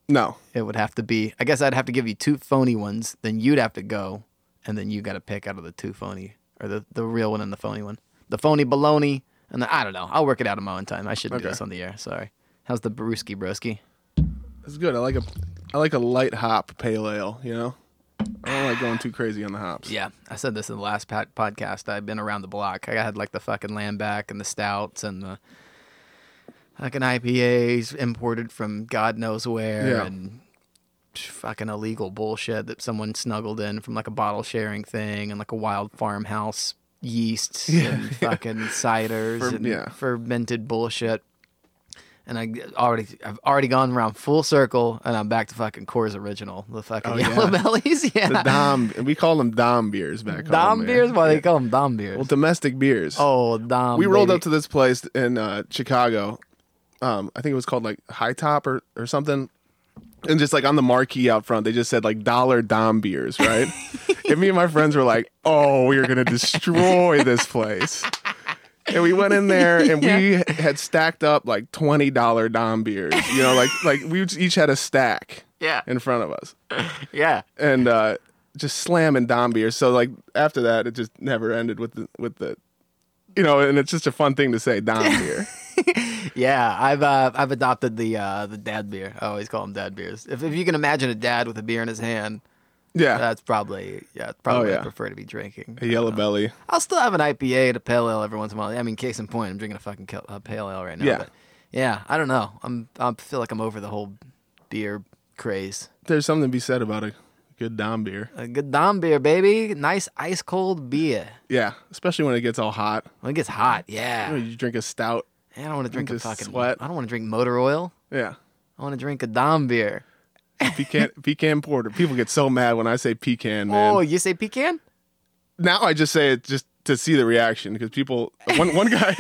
No.
It would have to be. I guess I'd have to give you two phony ones. Then you'd have to go, and then you got to pick out of the two phony or the the real one and the phony one. The phony baloney and the I don't know. I'll work it out in my own time. I shouldn't do
Okay.
this on the air. Sorry. How's the brewski broski?
It's good. I like a I like a light hop pale ale, you know? I don't like going too crazy on the hops.
Yeah, I said this in the last pod- podcast. I've been around the block. I had like the fucking lamback and the stouts and the fucking IPAs imported from God knows where
Yeah.
and fucking illegal bullshit that someone snuggled in from like a bottle sharing thing and like a wild farmhouse yeasts and fucking ciders
Fer-
and
yeah.
fermented bullshit. And I already, I've already gone around full circle, and I'm back to fucking Coors Original, the fucking
Oh, yeah.
yellow bellies. Yeah,
The Dom and we call them Dom beers back home.
Dom
man.
beers? Why
Yeah.
they call them Dom beers?
Well, domestic beers.
oh, Dom.
we rolled
baby.
up to this place in uh, Chicago. Um, I think it was called like High Top or, or something. And just like on the marquee out front, they just said like dollar Dom beers, right? and me and my friends were like, oh, we are going to destroy this place. And we went in there and we had stacked up like $20 Dom beers. You know, like like we each had a stack
Yeah,
in front of us
yeah.
and uh, just slamming Dom beers. So like after that, it just never ended with the with the, you know, and it's just a fun thing to say Dom beer.
Yeah, I've uh, I've adopted the uh, the dad beer. I always call them dad beers. If, if you can imagine a dad with a beer in his hand,
Yeah,
that's probably yeah, it's probably what
Oh, yeah.
I prefer to be drinking.
a yellow belly.
I'll still have an IPA and a pale ale every once in a while. I mean, case in point, I'm drinking a fucking kel- uh, pale ale right now.
Yeah.
but yeah. I don't know. I'm I feel like I'm over the whole beer craze.
There's something to be said about a good Dom beer.
A good Dom beer, baby. Nice ice cold beer.
Yeah, especially when it gets all hot.
When it gets hot, yeah.
You, know, you drink a stout.
I don't want to drink a
just
fucking.
sweat.
I don't want to drink motor oil.
Yeah,
I want to drink a Dom beer.
pecan pecan porter. People get so mad when I say pecan, man.
Oh, you say pecan?
now I just say it just to see the reaction because people one one guy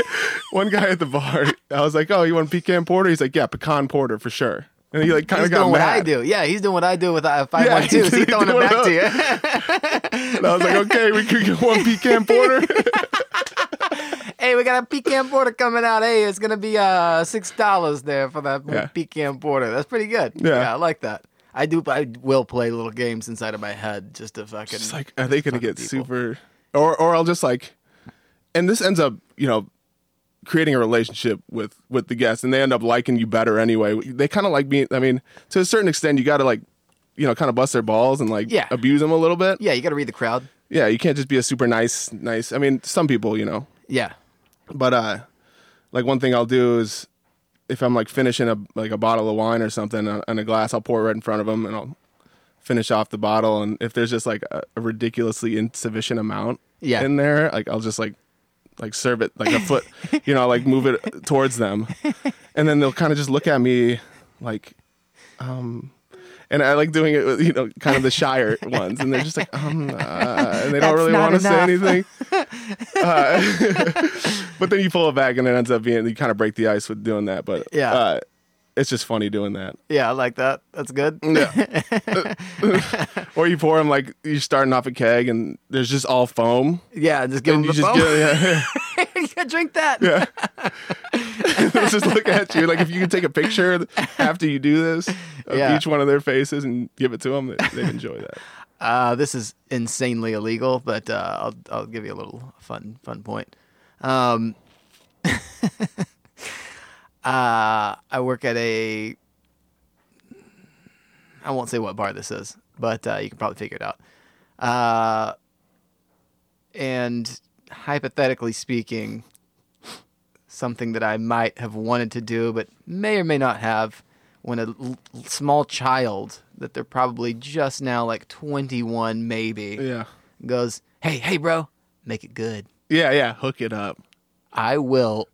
one guy at the bar I was like, "Oh, you want pecan porter?" He's like, "Yeah, pecan porter for sure." And he like kind
He's
of got
doing
mad.
what I do. Yeah, he's doing what I do with I five one two.
he's
He's throwing it
doing
back to
what
you.
And I was like, okay, we could get one pecan porter.
hey, we got a pecan porter coming out. Hey, it's gonna be uh six dollars there for that
Yeah.
pecan porter. That's pretty good.
Yeah.
I like that. I do. I will play little games inside of my head just to fucking.
It's like, are they gonna get
people.
super? Or, or I'll just like, and this ends up, you know, creating a relationship with with the guests, and they end up liking you better anyway. They kind of like being. I mean, to a certain extent, you got to like, you know, kind of bust their balls and like
Yeah.
abuse them a little bit.
yeah, you got to read the crowd.
Yeah, you can't just be a super nice, nice. I mean, some people, you know,
Yeah.
But uh, like one thing I'll do is if I'm like finishing a like a bottle of wine or something on on a glass, I'll pour it right in front of them and I'll finish off the bottle. And if there's just like a, a ridiculously insufficient amount,
Yeah.
in there, like I'll just like like serve it like a foot, you know, like move it towards them, and then they'll kind of just look at me like, um, and I like doing it, with, you know, kind of the shyer ones, and they're just like, um, uh, and
That's
they don't really
not
want to say
enough.
anything. Uh, but then you pull it back, and it ends up being you kind of break the ice with doing that, but
Yeah.
uh, it's just funny doing that.
Yeah, I like that. That's good.
Mm. Yeah. or you pour them like you're starting off a keg and there's just all foam.
Yeah, just give
And
them
you
the
just
phone.
get, yeah,
Yeah, drink that.
yeah. They just look at you. Like if you could take a picture after you do this of
Yeah.
each one of their faces and give it to them, they, they enjoy that.
Uh, this is insanely illegal, but uh, I'll I'll give you a little fun fun point. Um, uh, I work at a I won't say what bar this is, but uh, you can probably figure it out. Uh, and hypothetically speaking, something that I might have wanted to do, but may or may not have, when a l- l- small child that they're probably just now like 21, maybe,
Yeah.
goes, Hey, hey, bro, make it good.
Yeah, yeah. Hook it up.
I will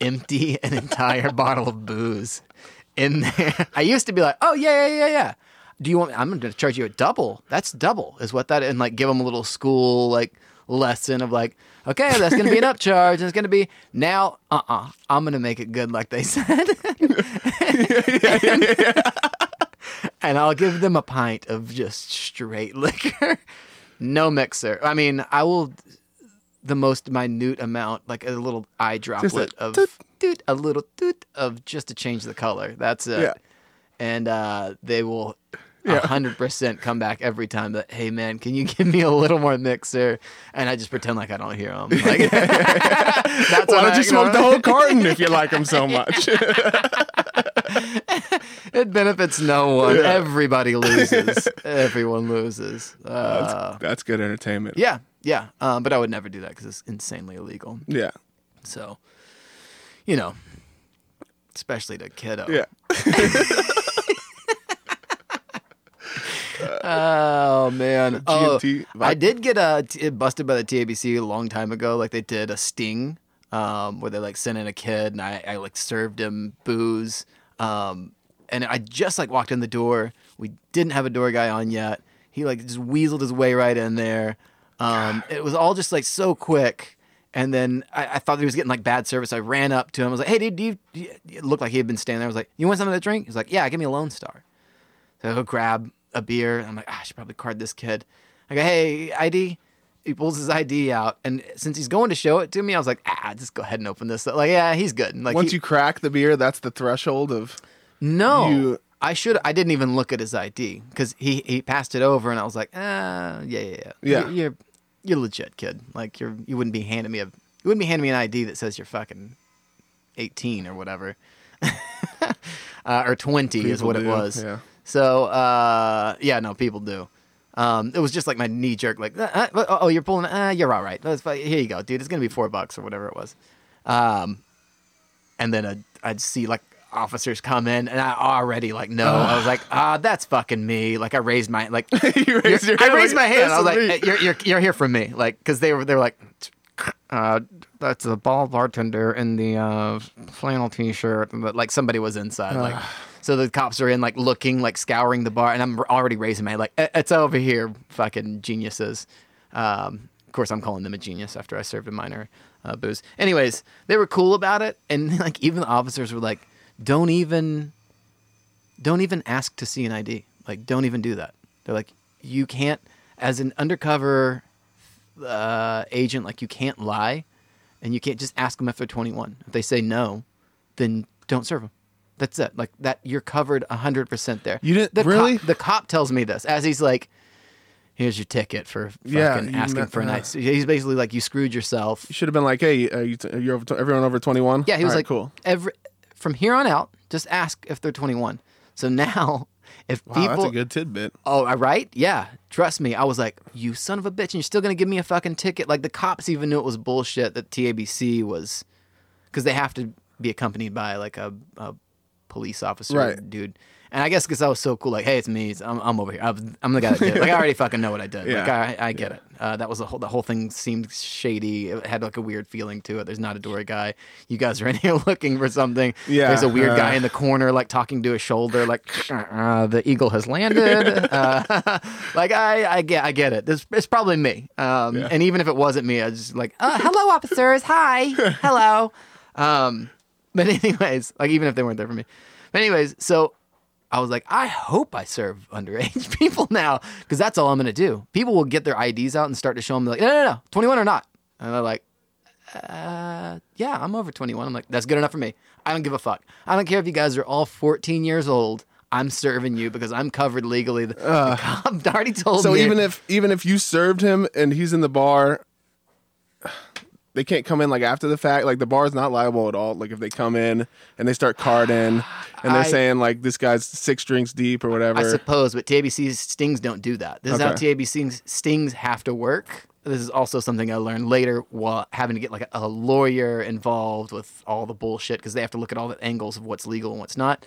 empty an entire bottle of booze in there. I used to be like, oh yeah, yeah, yeah, yeah. Do you want? I'm going to charge you a double. That's double is what that and like give them a little school like lesson of like, okay, that's going to be an upcharge. And it's going to be now. Uh uh-uh, uh. i am going to make it good like they said. and I'll give them a pint of just straight liquor. No mixer. I mean, I will the most minute amount, like a little eye droplet of
toot.
toot, a little toot of just to change the color. That's it.
Yeah.
And uh, they will
Yeah.
hundred percent come back every time. That hey man, can you give me a little more mixer? And I just pretend like I don't hear them. Like, that's what
Why don't
I-
you smoke the whole carton if you like them so much?
It benefits no one.
Yeah.
Everybody loses. Everyone loses. Uh,
That's good entertainment.
yeah, yeah. Um, but I would never do that because it's insanely illegal.
Yeah.
So, you know, especially to kiddo.
Yeah.
Oh man. Oh,
GMT
I did get uh, t- busted by the TABC a long time ago. Like they did a sting, um, where they like sent in a kid, and I, I like served him booze. Um, and I just like walked in the door. We didn't have a door guy on yet. He like just weaseled his way right in there. Um, it was all just like so quick. And then I, I thought he was getting like bad service. I ran up to him. I was like, "Hey, dude, do you, do you, it looked like he had been standing there." I was like, "You want something to drink?" He's like, "Yeah, give me a Lone Star." So he'll grab a beer. And I'm like, "Ah, I should probably card this kid. I go, hey, ID. He pulls his ID out. And since he's going to show it to me, I was like, ah, just go ahead and open this. Like, yeah, he's good. And, Like,
Once
he-
you crack the beer, that's the threshold of.
no,
you-
I should. I didn't even look at his ID because he he passed it over, and I was like, ah, yeah, yeah, yeah,
Yeah.
You're, you're you're legit, kid. Like you're you wouldn't be handing me a you wouldn't be handing me an ID that says you're fucking eighteen or whatever, uh, or twenty is
People
what it
do,
was.
yeah.
So uh, yeah, no, people do. Um, it was just like my knee jerk, like, uh, uh, oh, you're pulling, uh, you're all right. That's fine. Here you go, dude. It's gonna be four bucks or whatever it was. Um, and then I'd, I'd see like officers come in, and I already like no, I was like, ah, that's fucking me. Like I raised my like,
you raised your
I
hand
raised
like,
my hand.
"This
I was
is
like,
me."
"Eh, you're, you're you're here for me, like because they were they were like. Uh, that's the ball bartender in the uh, flannel T-shirt, but like somebody was inside, like so the cops are in, like looking, like scouring the bar, and I'm already raising my hand, like "Eh, it's over here, fucking geniuses. Um, of course, I'm calling them a genius after I served a minor uh, booze. Anyways, they were cool about it, and like even the officers were like, "Don't even don't even ask to see an ID. Like, don't even do that. They're like, you can't, as an undercover uh, agent, like, you can't lie and you can't just ask them if they're 21. If they say no, then don't serve them. That's it. Like, that, you're covered 100% there.
You didn't-
the cop-
really?
the cop tells me this as he's like, here's your ticket for fucking
Yeah, you
asking
met-
for an
uh,
ID. He's basically like, you screwed yourself.
You should have been like, hey, uh, you t- you're over t- everyone over 21?
Yeah, he was
All right,
like,
cool.
Every from here on out, just ask if they're 21. So now, if
Wow,
people,
that's a good tidbit.
oh, I- right, yeah, trust me, I was like, you son of a bitch, and you're still gonna give me a fucking ticket. Like the cops even knew it was bullshit that TABC was, because they have to be accompanied by like a, a police officer
Right.
dude. And I guess because I was so cool, like, hey, it's me. It's, I'm, I'm over here. I'm, I'm the guy that did it. Like, I already fucking know what I did. Like,
Yeah.
I, I get it. Uh, that was the whole, the whole thing seemed shady. It had like a weird feeling to it. There's not a door guy. You guys are in here looking for something.
Yeah,
There's a weird
uh.
guy in the corner, like talking to his shoulder, like, uh, the eagle has landed. uh, like, I, I get, I get it. This, it's probably me. Um,
Yeah.
And even if it wasn't me, I was just like, uh, hello, officers. Hi. Hello. Um, but anyways, like even if they weren't there for me. But anyways, so I was like, I hope I serve underage people now because that's all I'm gonna do. People will get their IDs out and start to show them like, no, no, no, 21 or not, and they're like, uh, yeah, I'm over 21. I'm like, that's good enough for me. I don't give a fuck. I don't care if you guys are all 14 years old. I'm serving you because I'm covered legally. The, the cop already told
So
me.
even if even if you served him and he's in the bar, they can't come in like after the fact. Like the bar's not liable at all. Like if they come in and they start carding and they're
I-
saying like this guy's six drinks deep or whatever.
I suppose, but TABC's stings don't do that. This is how
Okay.
TABC's stings have to work. This is also something I learned later while having to get like a, a lawyer involved with all the bullshit because they have to look at all the angles of what's legal and what's not.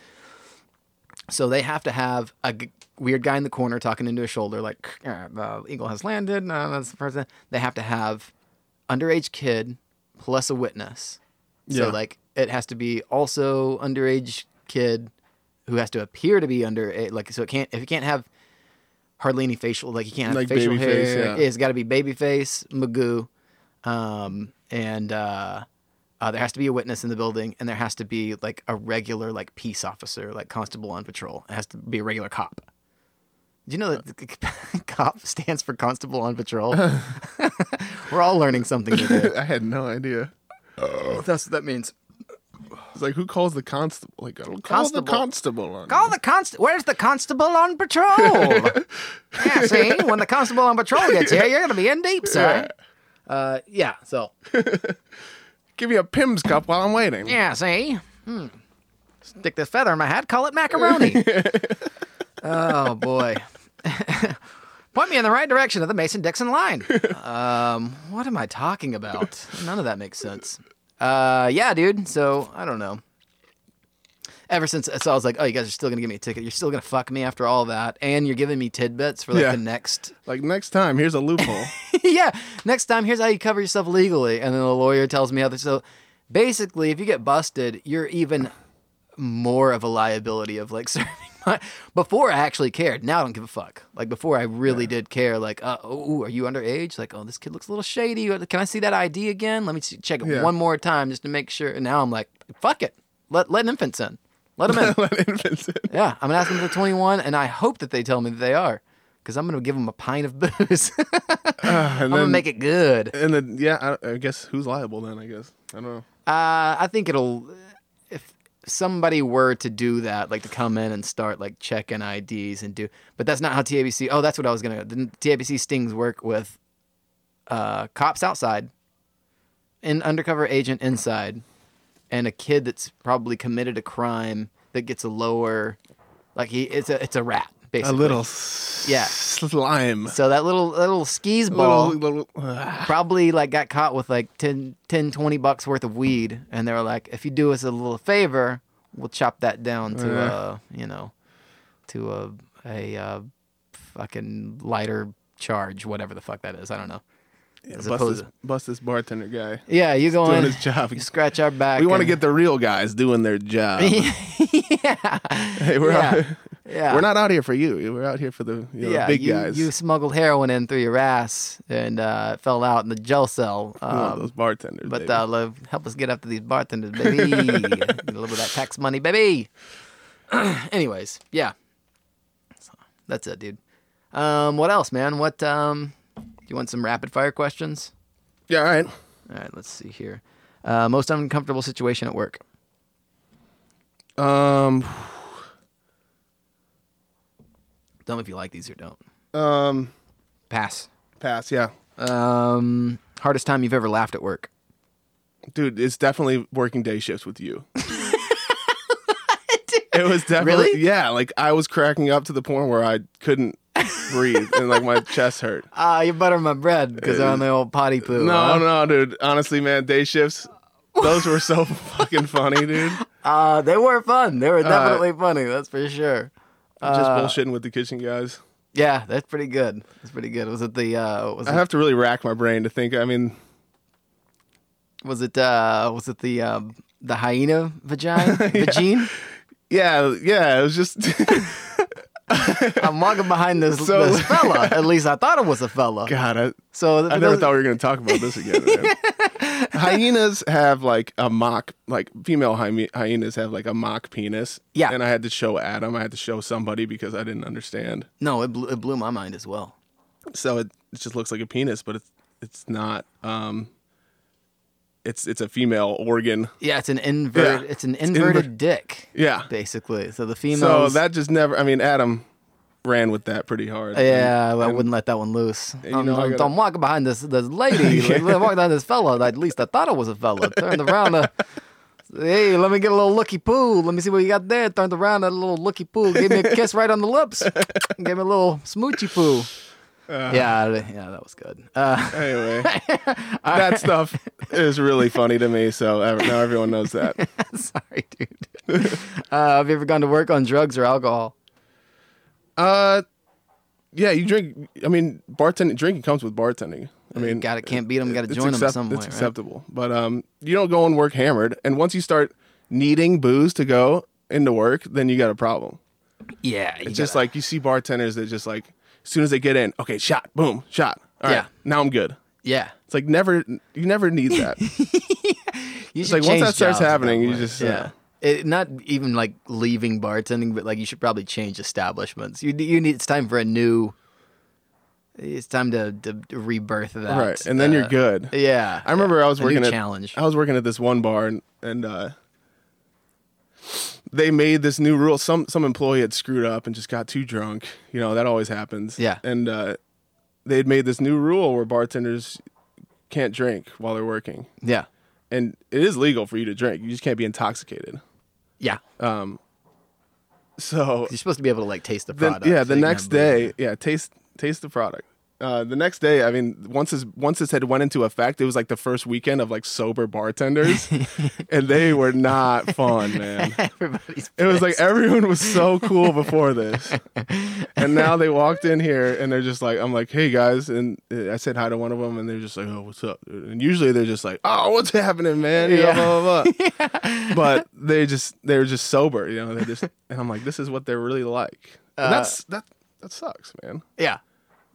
So they have to have a g- weird guy in the corner talking into his shoulder, like "Uh, the eagle has landed. No, that's the person. They have to have underage kid plus a witness. So
Yeah.
like it has to be also underage kid who has to appear to be under eh, like so it can't if you can't have hardly any facial like you can't have
Like
facial
baby
hair.
face, yeah.
It's got to be baby face, Magoo, um, and uh, uh, there has to be a witness in the building, and there has to be like a regular like peace officer, like constable on patrol. It has to be a regular cop. Do you know that the c- cop stands for constable on patrol? We're all learning something today.
I had no idea.
That's what that means.
It's like who calls the constable? Like I don't call
Constable.
the constable on.
Call the constable. Where's the constable on patrol? yeah, see, when the constable on patrol gets here, you're gonna be in deep, sir. Uh, yeah. So
Give me a Pim's cup while I'm waiting.
yeah, see, hmm. stick this feather in my hat. Call it macaroni. oh boy. Point me in the right direction of the Mason Dixon line. Um, what am I talking about? None of that makes sense. Uh, yeah, dude. So I don't know. ever since so I was like, oh, you guys are still gonna give me a ticket. You're still gonna fuck me after all that, and you're giving me tidbits for like
Yeah.
the next,
Like next time, here's a loophole.
yeah, next time. Here's how you cover yourself legally, and then the lawyer tells me other. So basically, if you get busted, you're even more of a liability of like serving. My, before I actually cared. Now I don't give a fuck. Like before, I really did care. Like, uh, oh, are you underage? Like, oh, this kid looks a little shady. Can I see that ID again? Let me see- check it
Yeah.
one more time just to make sure. And now I'm like, fuck it. Let let infants in. Let them in.
Let infants in.
Yeah, I'm gonna ask them if they're 21, and I hope that they tell me that they are, because I'm gonna give them a pint of booze.
Uh, And
I'm gonna
then,
make it good. Uh,
and then yeah, I, I guess who's liable then? I guess I don't know.
Uh, I think it'll. If somebody were to do that, like to come in and start like checking IDs and do, but that's not how TABC. Oh, that's what I was gonna. The TABC stings work with uh, cops outside, an undercover agent inside, and a kid that's probably committed a crime that gets a lower, like he it's a it's a rat
A
basically.
little
Yeah.
slime.
So that little that little skis ball
Little, little, ah.
probably like got caught with like 10, 10, 20 bucks worth of weed, and they were like, "If you do us a little favor, we'll chop that down to
Yeah.
uh, you know, to a a uh, fucking lighter charge, whatever the fuck that is. I don't know." As
bust,
opposed
this, bust this bartender guy.
Yeah, you go
Doing
in,
his job.
you scratch our back.
We want to
and-
get the real guys doing their job. Hey, we're out,
yeah, yeah.
we're not out here for you. We're out here for the, you know, the big
you,
guys.
you smuggled heroin in through your ass and uh, it fell out in the jail cell.
We want
Um,
Uh, those bartenders.
But
baby.
uh, lo- help us get up to these bartenders, baby. get a little bit of that tax money, baby. Anyways, yeah, So, that's it, dude. Um, what else, man? What um, you want some rapid fire questions?
yeah, all right.
All right, let's see here. Uh, most uncomfortable situation at work.
Um,
Tell me if you like these or don't.
um,
Pass.
pass. Yeah,
Um, hardest time you've ever laughed at work.
dude, it's definitely working day shifts with you. it was definitely
Really?
yeah. Like I was cracking up to the point where I couldn't breathe and like my chest hurt.
Ah, you butter my bread because I'm on the old potty poo.
No,
huh?
no, dude. Honestly, man, day shifts. Those were so fucking funny, dude.
Uh, they were fun. They were definitely funny. That's for sure.
Just bullshitting with the kitchen guys.
Yeah, that's pretty good. That's pretty good. Was it the uh, was
I
it,
have to really rack my brain to think. I mean,
was it uh, was it the um, the hyena vagina? Vagine?
yeah, yeah. It was just
I'm walking behind this,
So-
this fella. At least I thought it was a fella.
God. I,
So
I never thought we were going to talk about this again. man. hyenas have like a mock, like female hyme- hyenas have like a mock penis.
Yeah.
And I had to show Adam. I had to show somebody because I didn't understand.
No, it blew, it blew my mind as well.
So it, it just looks like a penis, but it's it's not. Um, it's it's a female organ.
Yeah, it's an invert.
Yeah.
It's an
inver-
inverted dick,
Yeah.
basically. So the
So
females.
that just never. I mean, Adam ran with that pretty hard.
Yeah, I wouldn't let that one loose. I'm,
know, I
I'm-
gotta-
I'm walking behind this this lady. like, I'm walking behind this fella. At least I thought it was a fella. Turned around. Uh, hey, let me get a little looky poo. Let me see what you got there. Turned around. That little looky poo gave me a kiss right on the lips. Gave me a little smoochy poo.
Uh.
yeah, I- yeah, that was good. Uh,
Anyway, that stuff is really funny to me. So ev- now everyone knows that.
sorry, dude. Uh, have you ever gone to work on drugs or alcohol?
Uh, yeah, you drink. I mean, bartending drinking comes with bartending. I mean,
Got it. Can't beat them. Got to
it's
join them in
accept-
some way.
It's
right?
acceptable, but um, you don't go and work hammered. And once you start needing booze to go into work, then you got a problem.
Yeah, you
It's just
gotta-
like you see bartenders that just like as soon as they get in, okay, shot, boom, shot. All right,
Yeah.
now I'm good.
yeah.
It's like never, you never need that.
You
It's
should
like once
change
that starts
jobs at
happening, you
point.
just, uh,
yeah. It, not even like leaving bartending, but like you should probably change establishments. You you need it's time for a new. It's time to, to rebirth that.
right, and then
uh,
you're good.
Yeah,
I remember I was
A new
working at Oh.
challenge.
I was working at this one bar and, and uh, they made this new rule. Some some employee had screwed up and just got too drunk. You know that always happens.
Yeah.
And uh, they had made this new rule where bartenders can't drink while they're working,
yeah,
and it is legal for you to drink. You just can't be intoxicated.
yeah.
Oh. So
you're supposed to be able to like taste the
then-
product.
yeah,
so
the
you can
next
have booze.
day, yeah, taste taste the product. Uh, the next day, I mean, once this once this had went into effect, it was like the first weekend of like sober bartenders, and they were not fun, man.
everybody's.
It was like everyone was so cool before this, and now they walked in here and they're just like, I'm like, hey guys, and uh, I said hi to one of them, and they're just like, oh, what's up? dude? And usually they're just like, oh, what's happening, man? You know,
Yeah.
blah, blah, blah. But they just they were just sober, you know. They're just, and I'm like, this is what they're really like. And
Uh,
that's that that sucks, man.
yeah,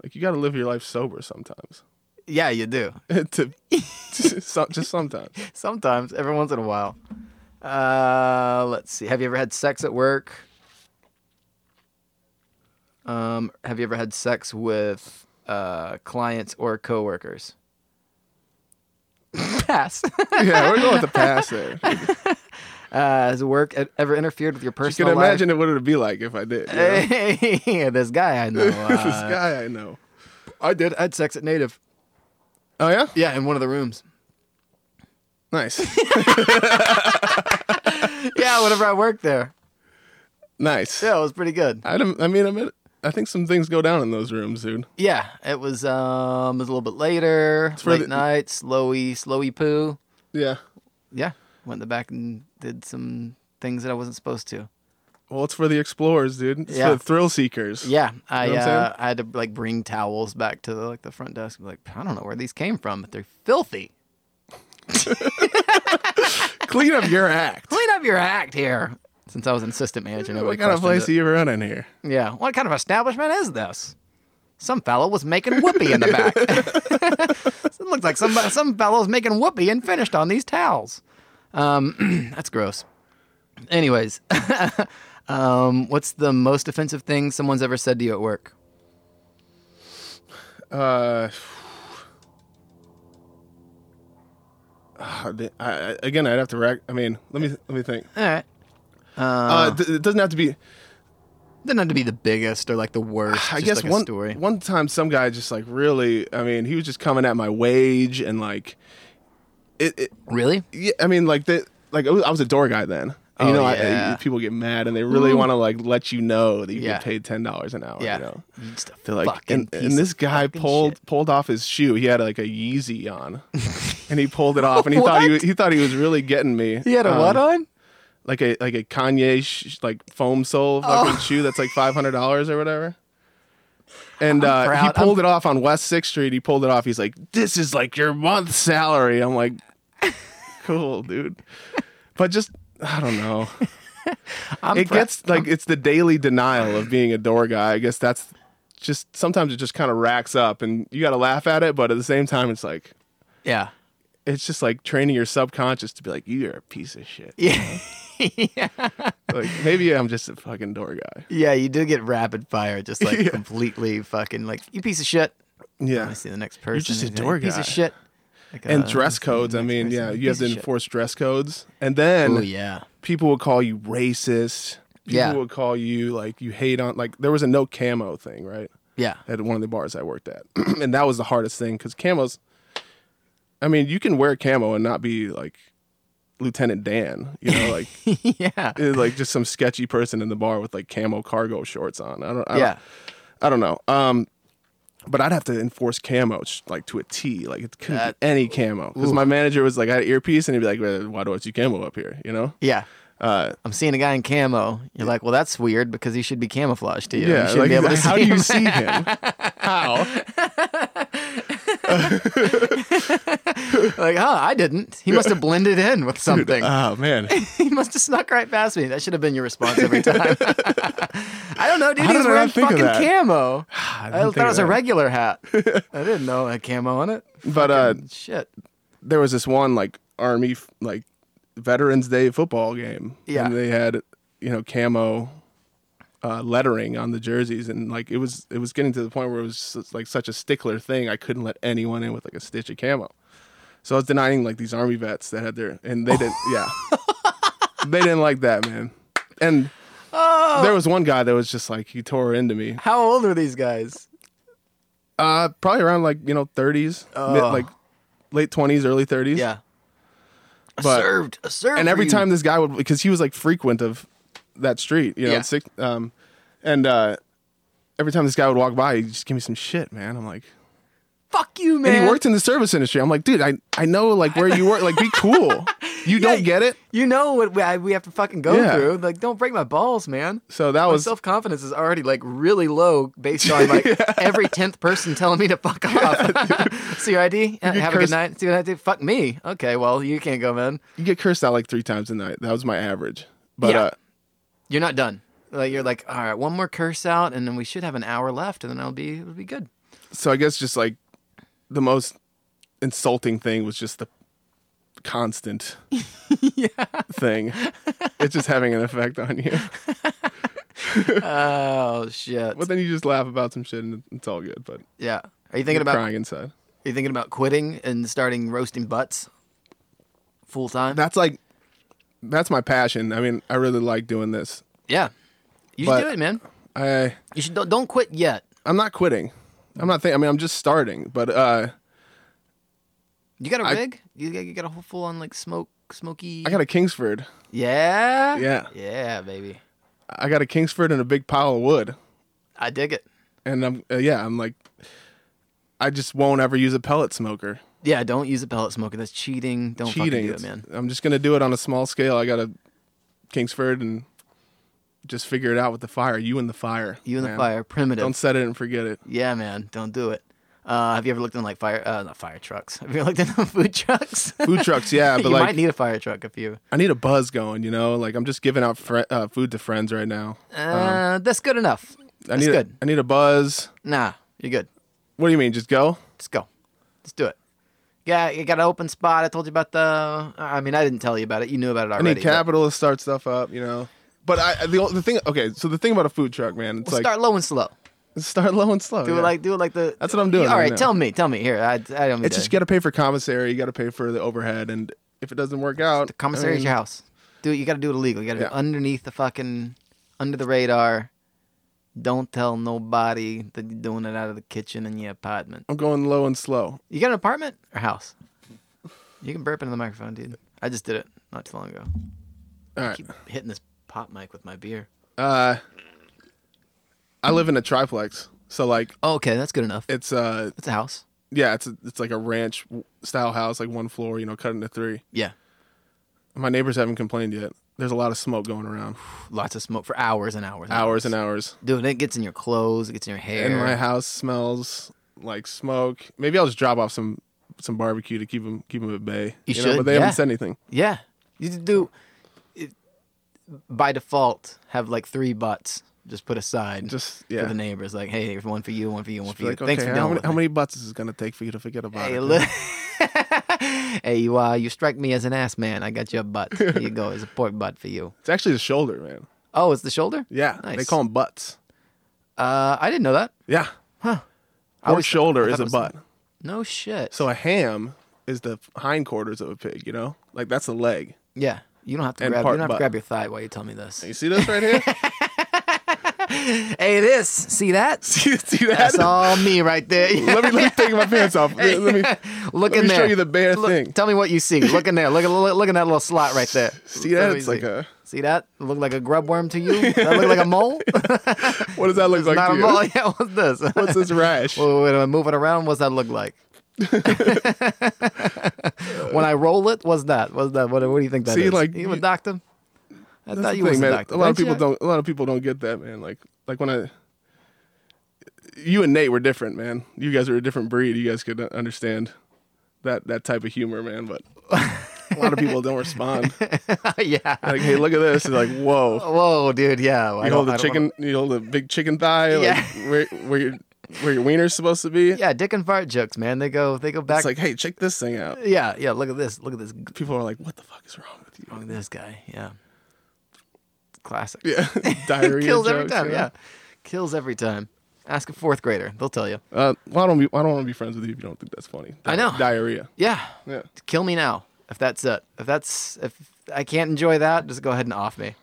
Like you got to live your life sober sometimes.
yeah. You do
to, so- just sometimes.
sometimes every once in a while. Uh, let's see. Have you ever had sex at work? Um, have you ever had sex with uh, clients or coworkers? Pass.
Yeah, we're going with the past there. You
Uh, has work e- ever interfered with your
can
personal life?
imagine it what it'd be like if I did. you know?
Hey, this guy I know.
this
uh,
guy I know. I did.
I had sex at Native.
Oh yeah,
Yeah, in one of the rooms.
nice,
Yeah, whenever I worked there.
nice.
Yeah, it was pretty good.
I, don't- I mean, I mean, I think some things go down in those rooms, dude.
Yeah, it was um it was a little bit later,
for
late
the-
night, slowy, slowy poo.
Yeah.
Yeah, went in the back and did some things that I wasn't supposed to.
Well, it's for the explorers, dude. It's
Yeah.
for the thrill seekers.
Yeah, I
You know what I'm
uh, I had to like bring towels back to the, like the front desk. and be Like I don't know where these came from, but they're filthy.
Clean up your act.
Clean up your act here. Since I was an assistant manager, nobody
what kind of
questioned
place are you running here?
it. Yeah, what kind of establishment is this? Some fellow was making whoopee in the back. it looks like some some fellow's making whoopee and finished on these towels. Um, that's gross. Anyways, um, what's the most offensive thing someone's ever said to you at work?
Uh, ah, the- I, I- again, I'd have to rack. I mean, let me let me think.
All right.
Uh, th- it doesn't have to be.
Doesn't have to be the biggest or like the worst.
I
just
guess
like a
one
story.
one time some guy just like really. I mean, he was just coming at my wage and like, it, it
really?
Yeah, I mean, like the like I was a door guy then, You
Oh,
know, I-
yeah. Mm.
I, people get mad and they really want to like let you know that you
Yeah.
get paid ten dollars an hour.
Yeah.
You know?
You just a
They're like,
fucking
and,
piece
and this
of
guy
fucking
pulled
shit.
pulled off his shoe. He had like a Yeezy on, and he pulled it off, and he thought he
What?
he thought he was really getting me.
He had a
Um,
what on?
Like a like a Kanye sh- like foam sole
Oh.
fucking shoe that's like five hundred dollars or whatever. And
I'm
uh, he
proud. I'm-
pulled it off on West Sixth Street. He pulled it off. He's like, "This is like your month's salary." I'm like, "Cool, dude," but just I don't know
I'm
it
pro-
gets like it's the daily denial of being a door guy. I guess that's just sometimes it just kind of racks up, and you got to laugh at it, but at the same time, it's like
yeah.
it's just like training your subconscious to be like, you're a piece of shit.
Yeah.
like maybe I'm just a fucking door guy.
Yeah, you do get rapid fire, just like
Yeah.
completely fucking like you piece of shit. I
Yeah,
see the next person.
just a
and, like,
door
Piece
guy.
of shit. Like,
and
uh,
dress
let's see the
codes. I
next
mean,
person.
yeah, you have
Piece
to
of shit.
enforce dress codes, and then
Oh yeah.
people will call you racist. People
Yeah.
will call you like you hate on like there was a no camo thing, right?
Yeah.
at one of the bars I worked at, and that was the hardest thing because camos. I mean, you can wear camo and not be like Lieutenant Dan, you know, like
yeah.
eh, like just some sketchy person in the bar with like camo cargo shorts on. I don't, I
Yeah.
don't, I don't know. Um, but I'd have to enforce camo sh- like to a T, like it could
That-
be any camo because my manager was like, I had an earpiece and he'd be like, "Well, "Why do I see camo up here?" You know.
Yeah.
Uh,
I'm seeing a guy in camo. You're like, well, that's weird because he should be camouflaged to you. You
Yeah,
shouldn't
like,
be able to
how
see
do you
him.
see him? how?
like, huh, I didn't. He must have blended in with something.
Oh man,
he must have snuck right past me. That should have been your response every time. I don't know, dude.
How
He's
did I
wearing
not think
fucking
of that?
camo.
I
I,
didn't
thought
think
it
of
was a
that.
regular hat. I didn't know it had camo on it.
but uh,
Shit.
there was this one like army f- like veterans day football game
Yeah.
and they had you know camo uh, lettering on the jerseys and like it was it was getting to the point where it was su- like such a stickler thing i couldn't let anyone in with like a stitch of camo so i was denying like these army vets that had their and they didn't yeah they didn't like that man and
Oh.
there was one guy that was just like he tore into me
How old are these guys?
uh probably around like you know 30s mid,
Oh.
like late 20s early 30s
Yeah. I
But-
served. I served.
and
for
every
you.
time this guy would because he was like frequent of that street you know
Yeah.
at six, um and uh every time this guy would walk by he'd just give me some shit man i'm like
fuck you, man.
and he worked in the service industry i'm like dude i i know like where you work like be cool you don't get it
You know what we, I, we have to fucking go
Yeah.
through. Like, don't break my balls, man.
so that
My
was
self confidence is already like really low based on like every tenth person telling me to fuck off. See your ID. Yeah,
get
Have a good
cursed-
night. See what I do. Fuck me. Okay, well you can't go, man.
you get cursed out like three times a night that was my average but
Yeah.
uh
You're not done. Like you're like, all right, one more curse out, and then we should have an hour left, and then I'll be it'll be good.
so i guess just like the most insulting thing was just the constant thing it's just having an effect on you
Oh shit.
But then you just laugh about some shit and it's all good. But
Yeah. Are you
you're
thinking about
crying inside.
are you thinking about quitting and starting roasting butts full time?
That's like, that's my passion. I mean, I really like doing this.
yeah. You should do
But-
it, man.
I
You should don't, don't quit yet.
I'm not quitting. I'm not. Think- I mean, I'm just starting. But uh,
You got a
I-
rig? you, got, you got a whole full on like smoke smoky.
I got a Kingsford.
Yeah.
Yeah.
Yeah, baby.
I got a Kingsford and a big pile of wood.
I dig it.
And I'm uh, yeah. I'm like, I just won't ever use a pellet smoker.
Yeah, don't use a pellet smoker. That's cheating. Don't
Cheating.
fucking do it,
It's-
man.
I'm just gonna do it on a small scale. I got a Kingsford and just figure it out with the fire. You and the fire.
You and the
man.
fire, primitive.
Don't set it and forget it.
Yeah, man, don't do it. Uh, have you ever looked in like fire, uh, not fire trucks? Have you ever looked in food trucks?
Food trucks, yeah, but
you
like
might need a fire truck if you.
I need a buzz going, you know. Like I'm just giving out fr- uh, food to friends right now.
Uh, that's good enough.
Um, I
That's
need
good.
A, I need a buzz.
Nah, you're good.
What do you mean? Just go?
Let's go. Let's do it. Yeah, you got an open spot. I told you about the. I mean, I didn't tell you about it. You knew about it
I
already.
need capital to start stuff up, you know. But I I- the ol- the thing okay, so the thing about a food truck, man, it's
but
like
start low and slow.
start low and slow.
Do
yeah.
it like do it like the.
That's what I'm doing
All
right
right,
now.
tell me, tell me here. I, I don't mean
it's
to-
just you got to pay for commissary, you got to pay for the overhead, and if it doesn't work out,
The commissary
I
is
mean,
your house. Do it. You got to do it illegal. You got to
Yeah.
do it underneath the fucking, under the radar. Don't tell nobody that you're doing it out of the kitchen in your apartment.
I'm going low and slow.
You got an apartment or house? You can burp into the microphone, dude. I just did it not too long ago.
All
I
right.
keep hitting this pop mic with my beer.
Uh, I live in a triplex, so like
Oh, okay, that's good enough.
it's uh
That's a house.
yeah it's a, it's like a ranch style house, like one floor, you know, cut into three.
Yeah,
My neighbors haven't complained yet. There's a lot of smoke going around,
lots of smoke for hours and hours.
hours and hours.
Dude, it gets in your clothes. It gets in your hair.
And my house smells like smoke. Maybe I'll just drop off some some barbecue to keep them keep them at bay.
You
know,
should,
but they
yeah.
haven't said anything.
yeah, you just do. It, by default, have like three butts just put aside
Just
for
yeah.
the neighbors. Like, hey, one for you, one for you, one for you.
Like,
Thanks
okay,
for
how
dealing
many,
with
how
me.
many butts is it gonna take for you to forget about
Hey,
it?
look. hey, you uh, you strike me as an ass man. I got your butt. Here you go. It's a pork butt for you.
It's actually the shoulder, man.
Oh, it's the shoulder.
Yeah, they
Nice.
call them butts.
Uh, I didn't know that.
Yeah,
Huh. I
pork
always- I
shoulder
thought
is
it
a
was-
butt.
No shit.
So a ham is the hindquarters of a pig. You know, like that's the leg.
yeah, you don't have to
And
grab. You
part
don't have to
butt.
grab your thigh while you tell me this.
You see this right here?
Hey, this. See that?
see, see that?
That's all me right there.
let me let me take my pants off. Let me
look
let
in
me
there.
show you the bare
Look-
thing.
Tell me what you see. Look in there. Look at look, look in that little slot right there.
see that?
Let me
It's like
see.
a
See that? Look like a grub worm to you? Does that look like a mole?
what does that look like?
Not
to
a
you?
mole. Yeah, what's this?
What's this rash?
Wait, wait, am I moving around? What's that look like? when I roll it, what's that? What's that? What, what do you think that is?
See, like,
you a
you-
doctor? I
That's
thought
the
you
thing,
was
man.
a doctor.
A lot of
Don't
people
you?
don't. A lot of people don't get that, man. Like, like when I, you and Nate were different, man. You guys were a different breed. You guys could understand that that type of humor, man. But a lot of people don't respond.
yeah.
Like, hey, look at this. It's like, whoa.
Whoa, dude. Yeah. I
You
don't-
hold
Oh I
the
don't wanna-
chicken. You hold the big chicken thigh.
Yeah.
Like where where your where your wiener's supposed to be.
Yeah, dick and fart jokes, man. They go. They go back.
It's like, hey, check this thing out.
yeah, yeah. Look at this. Look at this.
People are like, what the fuck is wrong with you?
Wrong this guy. Yeah. Classic.
Yeah, diarrhea
Kills every
jokes,
time.
you know?
Yeah. Kills every time. Ask a fourth grader. They'll tell you.
Uh, well, I don't. Be, I don't want to be friends with you if you don't think that's funny.
I know.
diarrhea.
Yeah.
Yeah.
Kill me now. If that's it. If that's if I can't enjoy that, just go ahead and off me.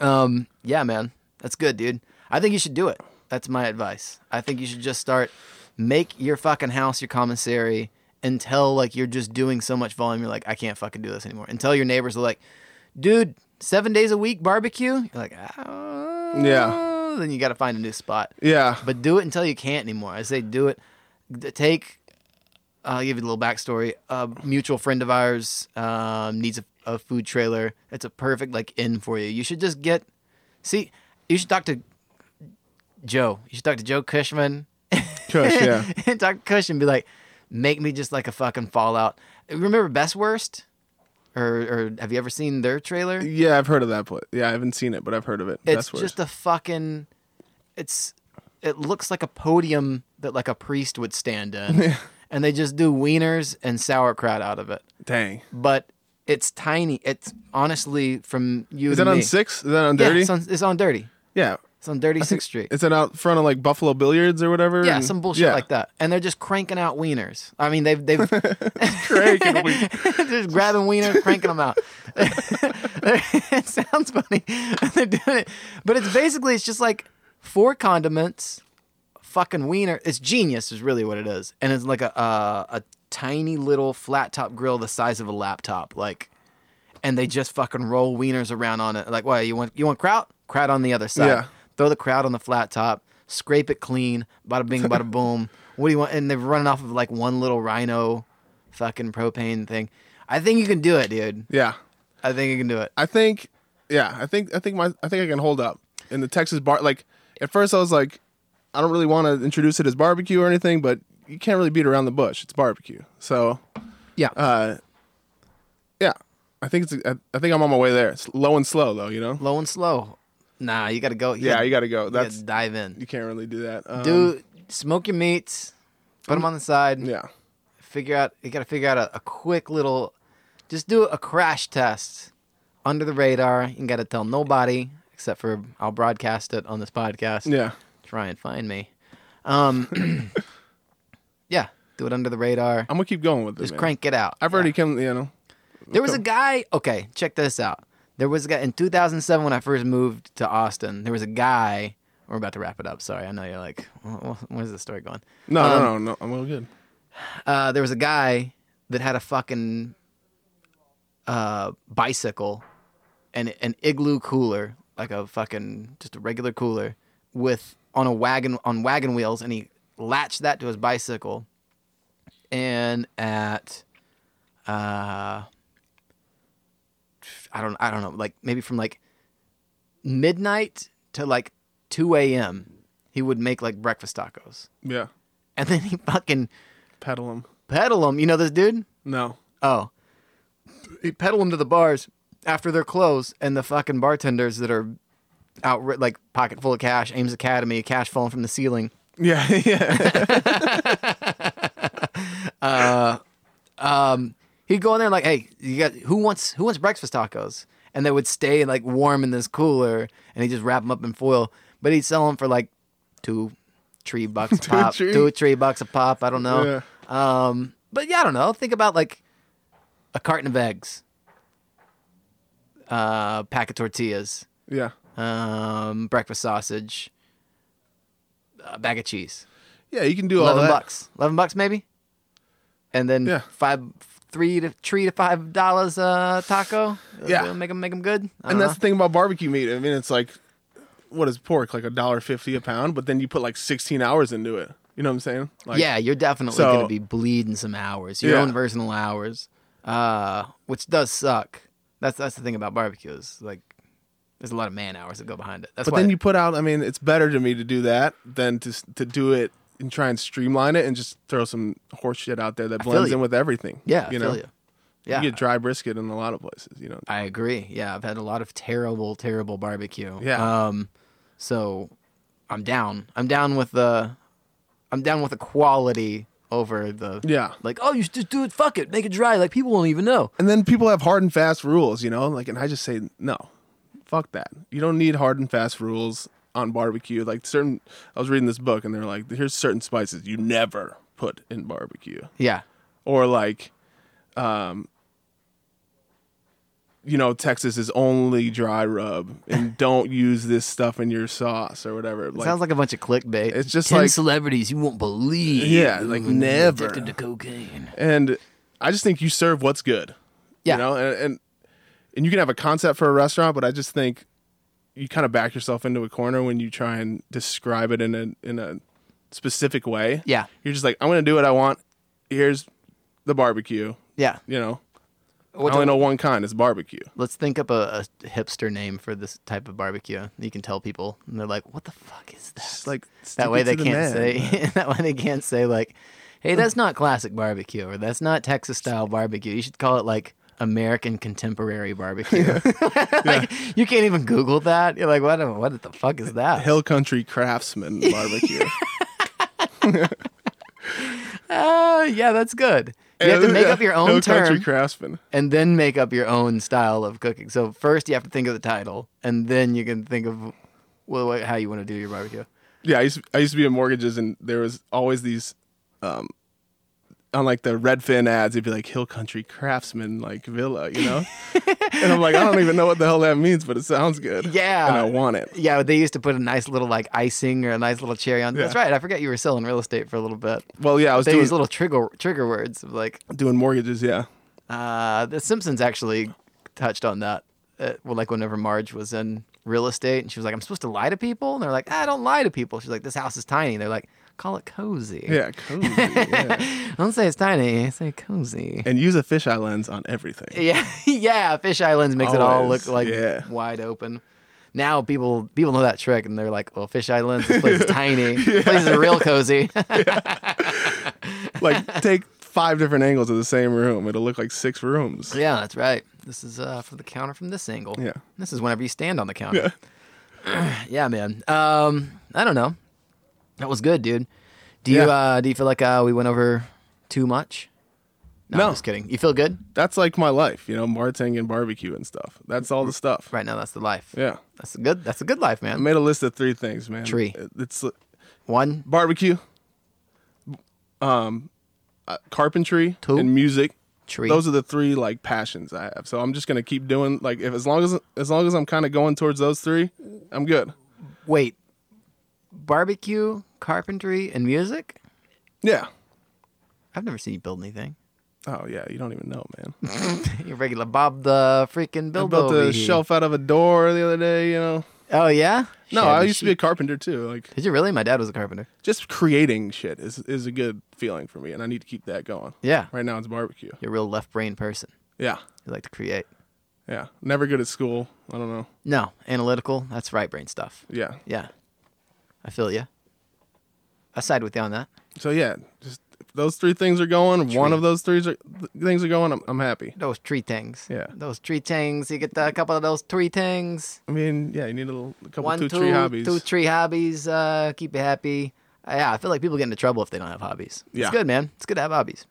Um. Yeah, man. That's good, dude. I think you should do it. That's my advice. I think you should just start. Make your fucking house your commissary until like you're just doing so much volume. You're like, I can't fucking do this anymore. Until your neighbors are like, dude, seven days a week barbecue. You're like, ah.
Yeah.
Then you got to find a new spot.
Yeah.
But do it until you can't anymore. I say do it. D- Take. I'll give you a little backstory. A mutual friend of ours um, needs a, a food trailer. It's a perfect like in for you. You should just get. See, you should talk to Joe. You should talk to Joe Cushman.
Kush, yeah.
and talk to Cushman. Be like, make me just like a fucking Fallout. Remember Best Worst, or or have you ever seen their trailer?
Yeah, I've heard of that place. Yeah, I haven't seen it, but I've heard of it.
It's
That's where
just a fucking. It's it looks like a podium that like a priest would stand in, and they just do wieners and sauerkraut out of it.
dang.
But it's tiny. It's honestly from you.
Is
to
that on
me.
six? Is that on
Yeah,
dirty?
it's on, it's on dirty.
Yeah.
It's on Dirty Sixth Street.
Is that out front of like Buffalo Billiards or whatever?
Yeah,
And-
some bullshit like that. And they're just cranking out wieners. I mean, they've they've
Craig and we-
just grabbing wiener, cranking them out. it sounds funny. They're doing it, but it's basically it's just like four condiments, fucking wiener. It's genius, is really what it is, and it's like a a, a tiny little flat top grill the size of a laptop, like, and they just fucking roll wieners around on it. Like, why you want you want kraut? Kraut on the other side.
Yeah.
Throw the kraut on the flat top, scrape it clean. Bada bing, bada boom. What do you want? And they're running off of like one little rhino, fucking propane thing. I think you can do it, dude.
Yeah.
I think you can do it.
I think. Yeah, I think. I think my. I think I can hold up in the Texas bar. Like at first, I was like, I don't really want to introduce it as barbecue or anything, but you can't really beat around the bush. It's barbecue. So,
Yeah.
uh, yeah. I think it's. I, I think I'm on my way there. It's low and slow though. You know.
Low and slow. Nah, you gotta go. You
Yeah,
gotta,
you got to go.
you gotta
That's
dive in.
you can't really do that. Um, Mm-hmm.
Do smoke your meats, put them on the side.
Yeah.
Figure out. You gotta figure out a, a quick little. Just do a crash test under the radar. You gotta tell nobody except for I'll broadcast it on this podcast.
Yeah.
Try and find me. Um. yeah, do it under the radar.
I'm gonna keep going with this.
Just crank it out.
I've
Yeah.
already come, you know.
There was a guy. Okay, check this out. There was a guy in 2007 when I first moved to Austin. There was a guy. We're about to wrap it up. Sorry, I know you're like, "Wh- wh- where's the story going?
No, no, no,
Um,
no. I'm all good.
Uh, there was a guy that had a fucking uh, bicycle an an igloo cooler, like a fucking just a regular cooler, with on a wagon on wagon wheels, and he latched that to his bicycle. And at, uh, I don't I don't know, like maybe from like midnight to like two a.m. He would make like breakfast tacos,
Yeah.
and then he fucking
Pedal him.
pedal them. You know this dude?
No.
Oh. He pedal them to the bars after they're closed, and the fucking bartenders that are out, ri- like, pocket full of cash, Ames Academy, cash falling from the ceiling.
Yeah. Yeah.
He'd go in there like, hey, you got who wants who wants breakfast tacos? And they would stay like warm in this cooler, and he'd just wrap them up in foil. But he'd sell them for like two, three bucks a
Two,
pop,
three.
two, three bucks a pop. I don't know.
yeah.
Um, but yeah, I don't know. Think about like a carton of eggs, uh, pack of tortillas,
Yeah.
um, breakfast sausage, a bag of cheese.
Yeah. You can do all
Eleven
that.
bucks. Eleven bucks maybe. And then
Yeah.
five, three to three to five dollars uh, taco.
Yeah.
Uh, make them make them good. I don't
And that's the thing about barbecue meat. I mean, it's like, what is pork? Like a dollar fifty a pound, but then you put like sixteen hours into it. You know what I'm saying?
know.
Like,
yeah, you're definitely
So-
gonna be bleeding some hours, your
Yeah.
own personal hours, uh, which does suck. That's that's the thing about barbecues. Like, there's a lot of man hours that go behind it. That's
But
why
then you put out. I mean, it's better to me to do that than to s- to do it and try and streamline it and just throw some horse shit out there that
feel
blends
you.
in with everything.
Yeah,
you
I feel
know,
you. Yeah,
you get dry brisket in a lot of places. You know,
I agree. Yeah, I've had a lot of terrible, terrible barbecue.
Yeah.
Um, so I'm down. I'm down with the, I'm down with the quality over the.
yeah.
Like, oh, you should just do it. Fuck it, make it dry. Like people won't even know.
And then people have hard and fast rules. You know, like, and I just say no, fuck that. You don't need hard and fast rules on barbecue. Like certain, I was reading this book and they're like, here's certain spices you never put in barbecue.
Yeah.
or like um you know texas is only dry rub and don't use this stuff in your sauce or whatever like,
Sounds like a bunch of clickbait.
It's just
10
like-
celebrities you won't believe.
Yeah, like,
who are
never.
addicted to cocaine.
and i just think you serve what's good
Yeah.
you know and, and and you can have a concept for a restaurant but i just think you kind of back yourself into a corner when you try and describe it in a in a specific way
Yeah.
you're just like i'm gonna do what i want here's the barbecue
Yeah.
you know
What
i only
do-
know one kind it's barbecue
Let's think up a, a hipster name for this type of barbecue. You can tell people, and they're like, "What the fuck is that?"
Just, like stick
that way
it to
they
the
can't
man.
say that way they can't say like hey that's not classic barbecue or that's not texas style barbecue you should call it like american contemporary barbecue like you can't even google that you're like what the- what the fuck is that
Hill Country Craftsman Barbecue.
uh, yeah that's good you have to make up your own
Hill
term
Country Craftsman.
and then make up your own style of cooking so first you have to think of the title and then you can think of well, what- how you want to do your barbecue
Yeah, I used, I used to be in mortgages, and there was always these, um, on like the Redfin ads, it'd be like Hill Country Craftsman like villa, you know. and I'm like, I don't even know what the hell that means, but it sounds good.
Yeah.
and I want it.
yeah they used to put a nice little like icing or a nice little cherry on
Yeah.
that's right i forget you were selling real estate for a little bit
Well, yeah, I was
they
doing,
use little trigger trigger words of like
doing mortgages. Yeah,
uh, the Simpsons actually touched on that. Uh, well, like whenever Marge was in real estate and she was like, "I'm supposed to lie to people," and they're like, "I don't lie to people." She's like, "This house is tiny." They're like, "Call it cozy."
yeah, cozy. yeah.
Don't say it's tiny. Say cozy.
and use a fisheye lens on everything.
Yeah, yeah. Fish Islands makes it all
Always,
look like
yeah.
wide open. Now people people know that trick and they're like, "Well, Fish Islands, this place is tiny. This place is real cozy."
like take five different angles of the same room; it'll look like six rooms.
Yeah, that's right. This is uh, from the counter from this angle.
Yeah.
This is whenever you stand on the counter. Yeah, man. Um, I don't know. That was good, dude. Do you
Yeah.
uh, do you feel like uh, we went over too much? No,
No.
I'm just kidding. You feel good
that's like my life, you know, marting and barbecue and stuff. That's all the stuff.
right now. That's the life.
Yeah.
That's a good. That's a good life,
I
man.
made a list of three things, man.
Tree.
It's uh,
One,
barbecue, um, uh, carpentry,
Two.
and music.
Tree.
Those are the three like passions I have. So I'm just gonna keep doing like if as long as as long as I'm kind of going towards those three, I'm good.
wait, barbecue, carpentry, and music.
Yeah.
I've never seen you build anything.
Oh yeah, you don't even know, man.
Your regular Bob the freaking
I
Bilbo.
built
over
a
here.
shelf out of a door the other day. You know.
Oh yeah.
No,
Shabby
I used to be a
chic.
carpenter too. Like
Did you really? My dad was a carpenter.
just creating shit is is a good feeling for me, and I need to keep that going.
Yeah.
Right now it's barbecue.
You're a real left brain person.
Yeah,
You like to create.
yeah. Never good at school. I don't know.
No, analytical. That's right brain stuff.
Yeah.
Yeah. I feel you. I side with you on that.
So yeah, just if those three things are going. One
Tree.
of those three are, th- things are going. I'm, I'm happy.
Those tree things.
Yeah.
Those tree things. You get the, a couple of those tree things.
I mean, yeah, you need a, little, a couple
One,
two,
two,
tree hobbies.
Two tree hobbies. Uh, keep you happy. Uh, yeah, I feel like people get into trouble if they don't have hobbies.
Yeah.
It's good, man. It's good to have hobbies.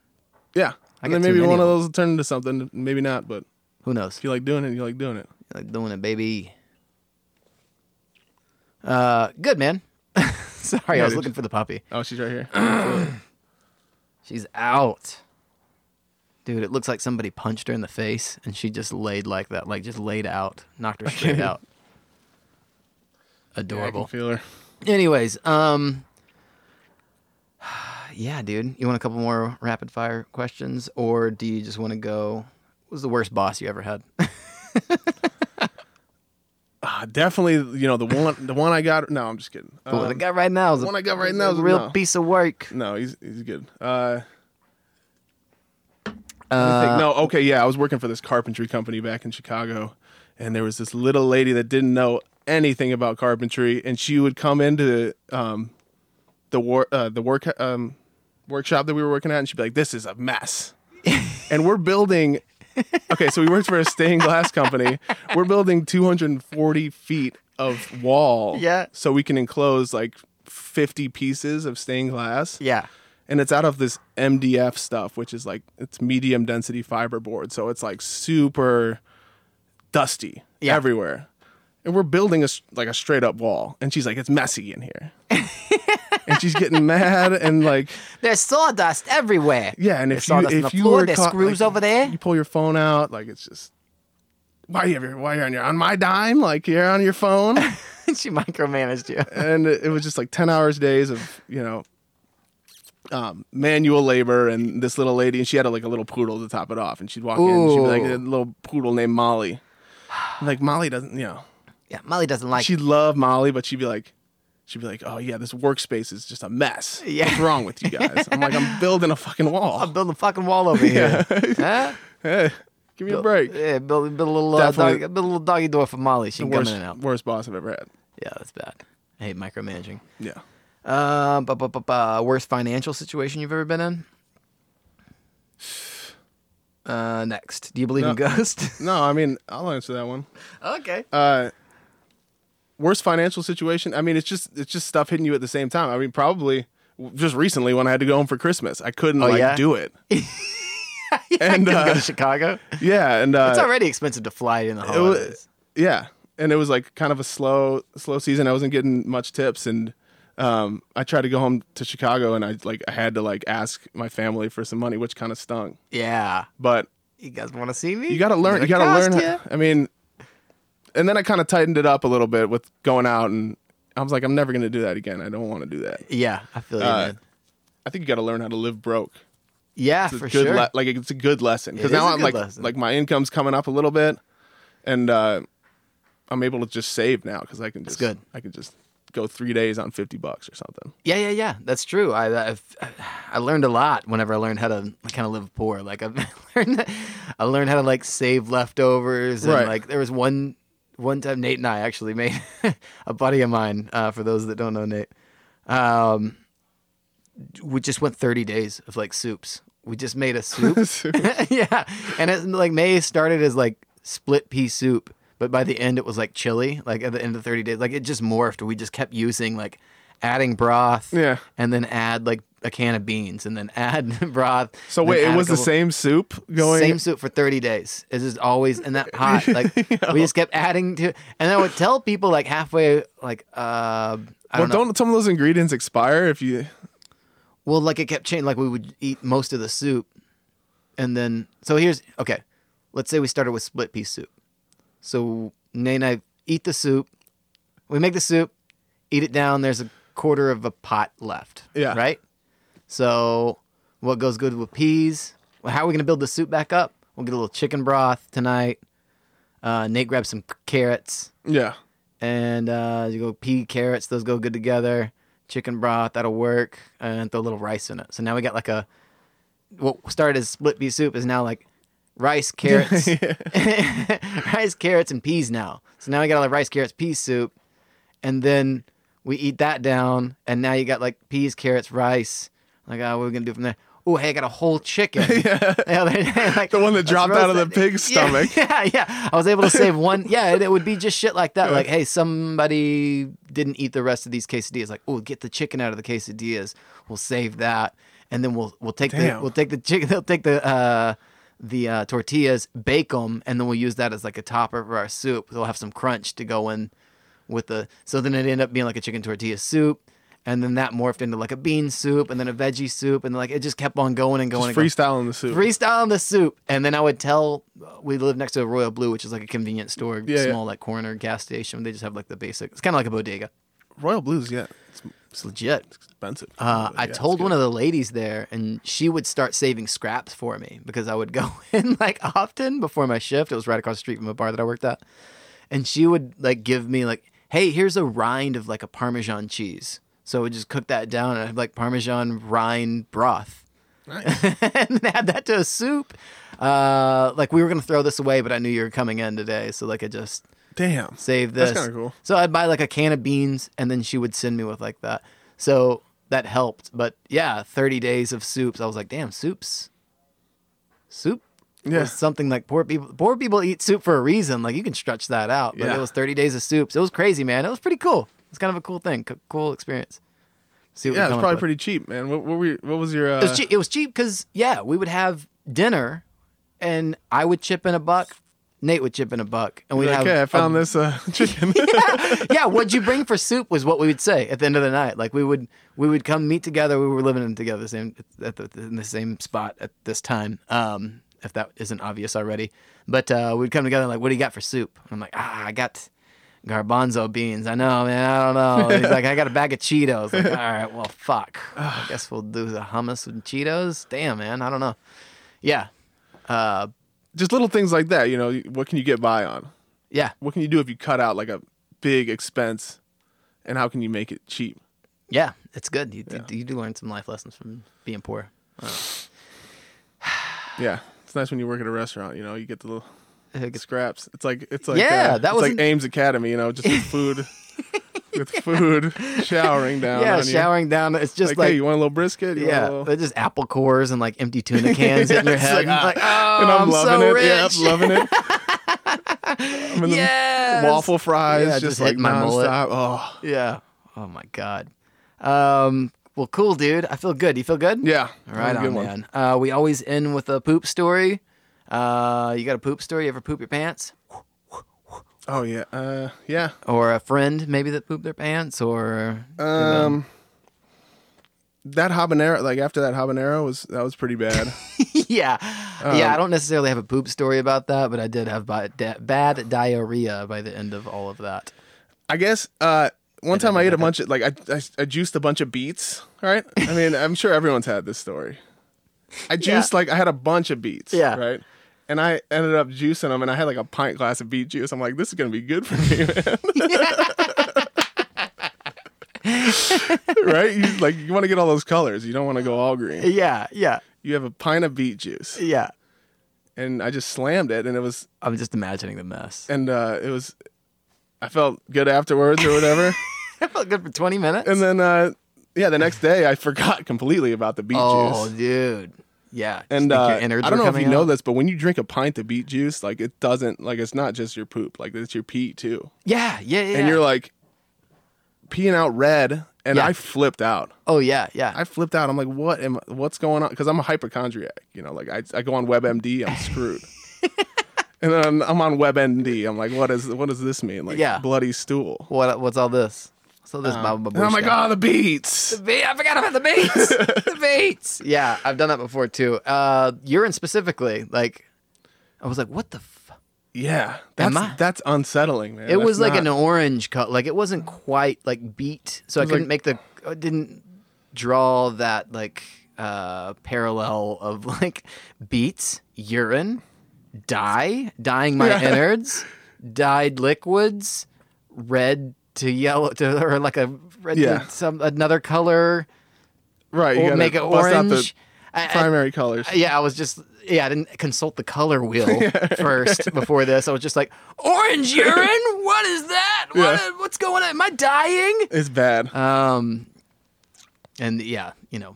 I
yeah, and
got
then
too
maybe
many
one
of
of those will turn into something. Maybe not, but
Who knows?
if you like doing it, you like doing it.
Like doing it, baby. Uh, good man. Sorry, I
Yeah,
was
dude.
looking for the puppy.
Oh, she's right here.
She's out. Dude, it looks like somebody punched her in the face and she just laid like that, like just laid out, knocked her straight out.
Yeah, I can
Adorable.
feel her.
Anyways, um yeah, dude. You want a couple more rapid fire questions or do you just want to go what was the worst boss you ever had?
Ah, definitely, you know the one. The one I got. No, I'm just kidding.
The one I
Um,
got right now is
the
a-
one I got right
is
now
a
is-
real
no.
piece of work.
no, he's he's good. Uh, I think-
Uh,
no, okay, yeah, I was working for this carpentry company back in Chicago, and there was this little lady that didn't know anything about carpentry, and she would come into um, the war uh, the work um, workshop that we were working at, and she'd be like, "This is a mess," and we're building. Okay, so we worked for a stained glass company. We're building 240 feet of wall,
Yeah.
so we can enclose like 50 pieces of stained glass
yeah.
and it's out of this MDF stuff, which is like it's medium density fiber board, so it's like super dusty
Yeah.
everywhere. And we're building a s- like a straight up wall, and she's like, "It's messy in here," and she's getting mad and like,
There's sawdust everywhere.
yeah. And
There's
if you
sawdust on
if
the
you
floor,
were
there's
caught,
screws
like,
over there.
you pull your phone out, like it's just why you ever- why you're on your on my dime, like you're on your phone,
she micromanaged you.
and it it was just like ten hours days of you know um, manual labor and this little lady, and she had a, like a little poodle to top it off, and she'd walk in, and she'd be like
Ooh.
a little poodle named Molly. And, like Molly doesn't, you know,
Yeah, Molly doesn't like.
she'd love Molly, but she'd be like, she'd be like, oh yeah, this workspace is just a mess.
Yeah.
What's wrong with you guys? I'm like, I'm building a fucking
I'm
wall.
building a fucking wall over here. huh?
Hey, give me a break.
Yeah, build, build a little uh, dog,
Definitely-
build a little doggy door for Molly. She
The
can come
worst,
in and out.
worst boss I've ever had.
Yeah, that's bad. I hate micromanaging.
Yeah.
Uh, bu- bu- bu- bu- worst financial situation you've ever been in. Uh, next, do you believe in
No.
ghosts?
No, I mean, I'll answer that one.
okay.
uh worst financial situation i mean it's just it's just stuff hitting you at the same time i mean probably w- just recently when i had to go home for christmas i couldn't
Oh,
like
yeah?
do it
and
and,
go
uh,
to Chicago.
yeah and uh
It's already expensive to fly in the
it wa-
holidays.
yeah and it was like kind of a slow slow season i wasn't getting much tips and um i tried to go home to chicago and i like i had to like ask my family for some money which kind of stung
yeah.
but
You guys want to see me?
you gotta learn you
Does it
gotta
cost
learn
ya?
i mean and then i kind of tightened it up a little bit with going out and i was like i'm never gonna do that again i don't want to do that
Yeah, I feel you,
Uh,
man.
I think you got to learn how to live broke.
Yeah,
It's a
for
good
sure.
le- like it's a good lesson because
It is
now
a
I'm
good
like
lesson.
like my income's coming up a little bit, and uh, I'm able to just save now because I can just
good.
I can just go three days on fifty bucks or something.
Yeah, yeah, yeah. That's true. I I've, I learned a lot whenever I learned how to kind of live poor. Like I've learned I learned how to like save leftovers and
Right.
like there was one one time Nate and I actually made a buddy of mine uh, for those that don't know Nate. Um, we just went 30 days of like soups. We just made a soup. yeah. And it's like May started as like split pea soup, but by the end it was like chili, like at the end of 30 days. Like it just morphed. We just kept using like adding broth
Yeah.
and then add like a can of beans and then add broth.
So
and then
wait,
add
it
a
was the
couple-
same soup going.
same soup for 30 days. It's just always in that pot. Like we just kept adding to and I would tell people like halfway like uh I
well,
don't know.
don't some of those ingredients expire if you?
Well, like it kept changing. Like we would eat most of the soup, and then so here's okay. Let's say we started with split pea soup. So Nate and I eat the soup. We make the soup, eat it down. There's a quarter of a pot left.
Yeah.
Right. So what goes good with peas how are we gonna build the soup back up? We'll get a little chicken broth tonight. Uh, Nate grabbed some carrots
Yeah.
and uh, you go pea carrots. Those go good together. Chicken broth that'll work, and throw a little rice in it. So now we got like a what started as split pea soup is now like rice carrots, rice carrots and peas now. So now we got like rice carrots pea soup, and then we eat that down, and now you got like peas carrots rice. Like oh, what are we gonna do from there? Oh hey, I got a whole chicken. yeah. they're- like,
The one that
let's
dropped
roast
out of the
that-
pig's
Yeah,
stomach.
yeah, yeah. I was able to save one. Yeah, it, it would be just shit like that. Like, hey, somebody didn't eat the rest of these quesadillas. Like, oh, get the chicken out of the quesadillas. We'll save that, and then we'll we'll take the
Damn.
we'll take the chicken. They'll take the uh, the uh, tortillas, bake them, and then we'll use that as like a topper for our soup. We'll have some crunch to go in with the. So then it ended up being like a chicken tortilla soup. And then that morphed into like a bean soup, and then a veggie soup, and like it just kept on going and going. and
Just
going
freestyling the soup.
freestyle in the soup. And then I would tell we live next to a Royal Blue, which is like a convenience store,
Yeah, yeah.
small like corner gas station. They just have like the basic. It's kind of like a bodega.
Royal Blues, yeah. It's
It's legit.
expensive.
Uh, I told one of the ladies there, and she would start saving scraps for me because I would go in like often before my shift. It was right across the street from a bar that I worked at, and she would like give me like, "Hey, here's a rind of like a Parmesan cheese." So I would just cook that down, and I'd have like Parmesan rind broth, and then add that to a soup. Uh, like we were gonna throw this away, but I knew you were coming in today, so like I just
Damn.
save this.
That's kinda cool.
So I'd buy like a can of beans, and then she would send me with like that. So that helped. But yeah, thirty days of soups. I was like, damn, soups. Soup. was
Yeah.
something like poor people. Poor people eat soup for a reason. Like you can stretch that out. But
Yeah.
it was thirty days of soups. It was crazy, man. It was pretty cool. It's kind of a cool thing. C- cool experience. See what we
Yeah,
come
it's
up
probably
with.
pretty cheap, man. What, what were you, what was your uh,
It was cheap. It was cheap because yeah, we would have dinner, and I would chip in a buck. Nate would chip in a buck, and we'd
like,
have
okay, I
a
found this uh, chicken.
yeah, what'd you bring for soup was what we would say at the end of the night. Like we would we would come meet together. We were living in together same at the, in the same spot at this time. Um, if that isn't obvious already, but uh, we'd come together and like, what do you got for soup? And I'm like, ah, I got garbanzo beans. I know, man. I don't know. And he's like, I got a bag of Cheetos. Like, all right, well, fuck. I guess we'll do the hummus and Cheetos. Damn, man. I don't know. Yeah, uh,
Just little things like that, you know. What can you get by on?
yeah,
What can you do if you cut out like a big expense, and how can you make it cheap?
yeah. It's good. You, you, you do learn some life lessons from being poor.
Yeah, it's nice when you work at a restaurant. You know, you get the little
It gets
scraps. It's like it's like
Yeah,
uh,
that
it's
was
like
an-
Ames Academy. You know, just with food, with food showering down.
Yeah,
on
showering down. It's
You.
just
Like,
like,
hey, you want a little brisket? You want a
yeah,
little-
they're just apple cores and like empty tuna cans in your
It's
head.
like, ah,
and Like, oh, I'm
and I'm, loving
so
it.
rich.
Yeah, I'm loving it. I'm in the
Yes.
waffle fries,
Yeah,
just,
just
like
hitting my mullet.
nonstop. Oh,
yeah. Oh my god. Um. Well, cool, dude. I feel good. You feel good?
yeah.
All right,
That was a
on,
good one.
man. Uh, we always end with a poop story. Uh, you got a poop story? You ever poop your pants?
Oh yeah, uh, yeah.
Or a friend maybe that pooped their pants? Or
Um, that habanero, like after that habanero was that was pretty bad.
yeah,
um,
yeah. I don't necessarily have a poop story about that, but I did have bi- da- bad diarrhea by the end of all of that.
I guess uh, one time I ate a bunch of like I, I I juiced a bunch of beets. Right? I mean, I'm sure everyone's had this story. I juiced like I had a bunch of beets.
Yeah.
Right. And I ended up juicing them, and I had like a pint glass of beet juice. I'm like, this is gonna be good for me, man. right? You, like you want to get all those colors. You don't want to go all green.
Yeah, yeah,
You have a pint of beet juice,
yeah.
and I just slammed it, and it was
I'm just imagining the mess.
and uh, it was I felt good afterwards or whatever.
I felt good for 20 minutes.
and then uh, yeah, the next day I forgot completely about the beet
oh,
juice.
dude. Yeah. Just
And
think your
uh, I
innards
don't
were
know if
coming
you know
out.
this, but when you drink a pint of beet juice, like it doesn't like it's not just your poop, like it's your pee too.
Yeah, yeah, yeah.
And you're like peeing out red, and
Yeah.
I flipped out.
oh yeah, yeah.
I flipped out. I'm like, what am what's going on? Because I'm a hypochondriac, you know. Like I, I go on WebMD, I'm screwed. and then I'm, I'm on WebMD. I'm like, what is what does this mean? Like
Yeah.
bloody stool.
what? What's all this? What's all this? Baba
And I'm like, oh, the beats.
The be- I forgot about the beats. the beats. Yeah, I've done that before too. Uh, urine specifically. Like, I was like, what the. F-?
Yeah,
Am
that's
I?
that's unsettling, man.
It was
That's
like an
not-
orange color. Like it wasn't quite like beat, so I
was
couldn't make
like-
the. I didn't draw that like. uh, parallel of like beets, urine, dye, dyeing my
Yeah.
innards, dyed liquids, red to yellow to or like a red
Yeah.
to some another color,
Right. You
or
gotta
make it
bust out the
orange. I- I-
primary colors.
Uh, yeah, I was just yeah, I didn't consult the color wheel first before this. I was just like, orange urine? What is that? What,
Yeah.
What's going on? Am I dying?
It's bad.
Um, and yeah, you know,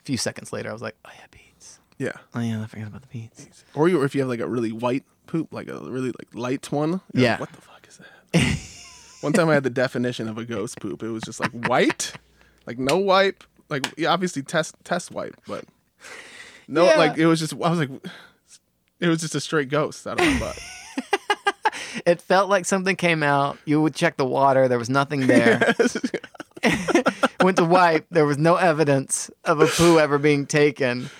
a few seconds later, I was like, oh yeah, beets.
yeah.
Oh yeah, I forgot about the beets.
Or you, or if you have like a really white poop, like a really like light one. you're
Yeah.
like, what the fuck is that? one time I had the definition of a ghost poop. It was just like white, like no wipe, like yeah, obviously test test wipe, but no,
Yeah.
like it was just I was like, it was just a straight ghost. I don't know, but
It felt like something came out. You would check the water. There was nothing there. Went to wipe. There was no evidence of a poo ever being taken.
if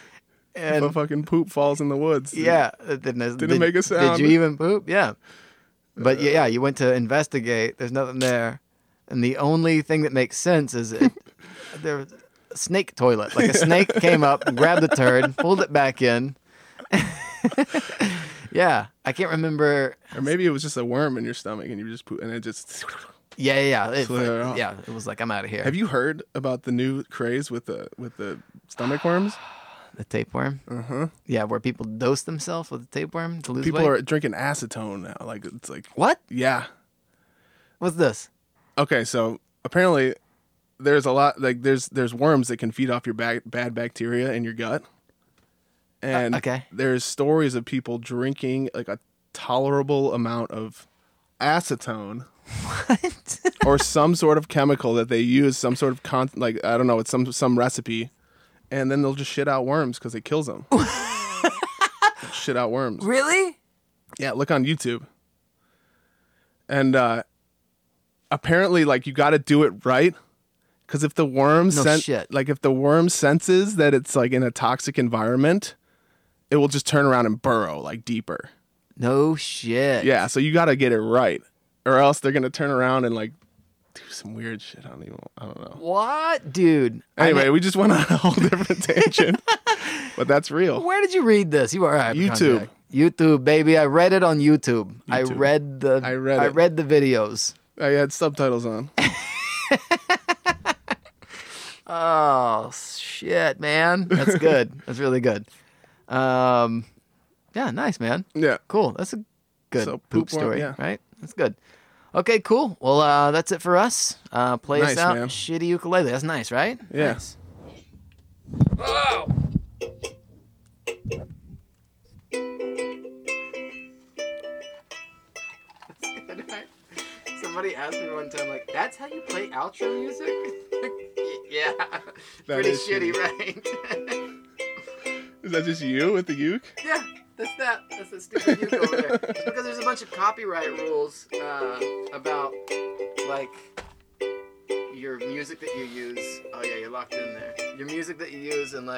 And
a fucking poop falls in the woods.
Yeah, it didn't, did
make a sound. Uh,
Did you even poop? Yeah, but yeah, yeah, you went to investigate. There's nothing there, and the only thing that makes sense is it, there was a snake toilet. Like a snake came up, grabbed the turd, pulled it back in. yeah, I can't remember.
or maybe it was just a worm in your stomach and you just poop and it just.
Yeah, yeah, yeah. It,
Clear it off.
yeah, it was like I'm out of here.
Have you heard about the new craze with the with the stomach worms?
the tapeworm. Uh huh. Yeah, where people dose themselves with the tapeworm to lose
Uh-huh. People
weight.
are drinking acetone now. Like it's like
what?
yeah.
What's this?
Okay, so apparently there's a lot like there's there's worms that can feed off your bad, bad bacteria in your gut. And
okay.
there's stories of people drinking like a tolerable amount of acetone
What?
or some sort of chemical that they use, some sort of con- like I don't know, it's some some recipe, and then they'll just shit out worms because it kills them. shit out worms.
really?
Yeah, look on YouTube. And uh apparently like you got to do it right cuz if the worm
No
sen-
shit.
like if the worm senses that it's like in a toxic environment, it will just turn around and burrow like deeper.
No shit.
Yeah, so you got to get it right or else they're going to turn around and like do some weird shit. I don't even I don't know.
What, dude? I
Anyway, we just went on a whole different tangent. but that's real.
Where did you read this? You are right.
YouTube.
YouTube, baby. I read it on YouTube. I
YouTube.
read the
I read
I
it.
read the videos.
I had subtitles on.
Oh shit, man. That's good. That's really good. Um Yeah, nice, man.
Yeah.
Cool. That's a good
So,
poop,
poop one,
story,
yeah.
right? That's good. Okay, cool. Well, uh, that's it for us. Uh, play us
Nice,
out.
man.
Shitty ukulele. That's nice, right?
Yeah.
Nice. Somebody asked me one time, like, that's how you play outro music? yeah. Pretty
is
shitty,
shitty.
right?
Is that just you with the uke?
Yeah, that's that. That's the stupid uke over there. It's because there's a bunch of copyright rules uh, about like your music that you use. Oh yeah, you're locked in there. Your music that you use and like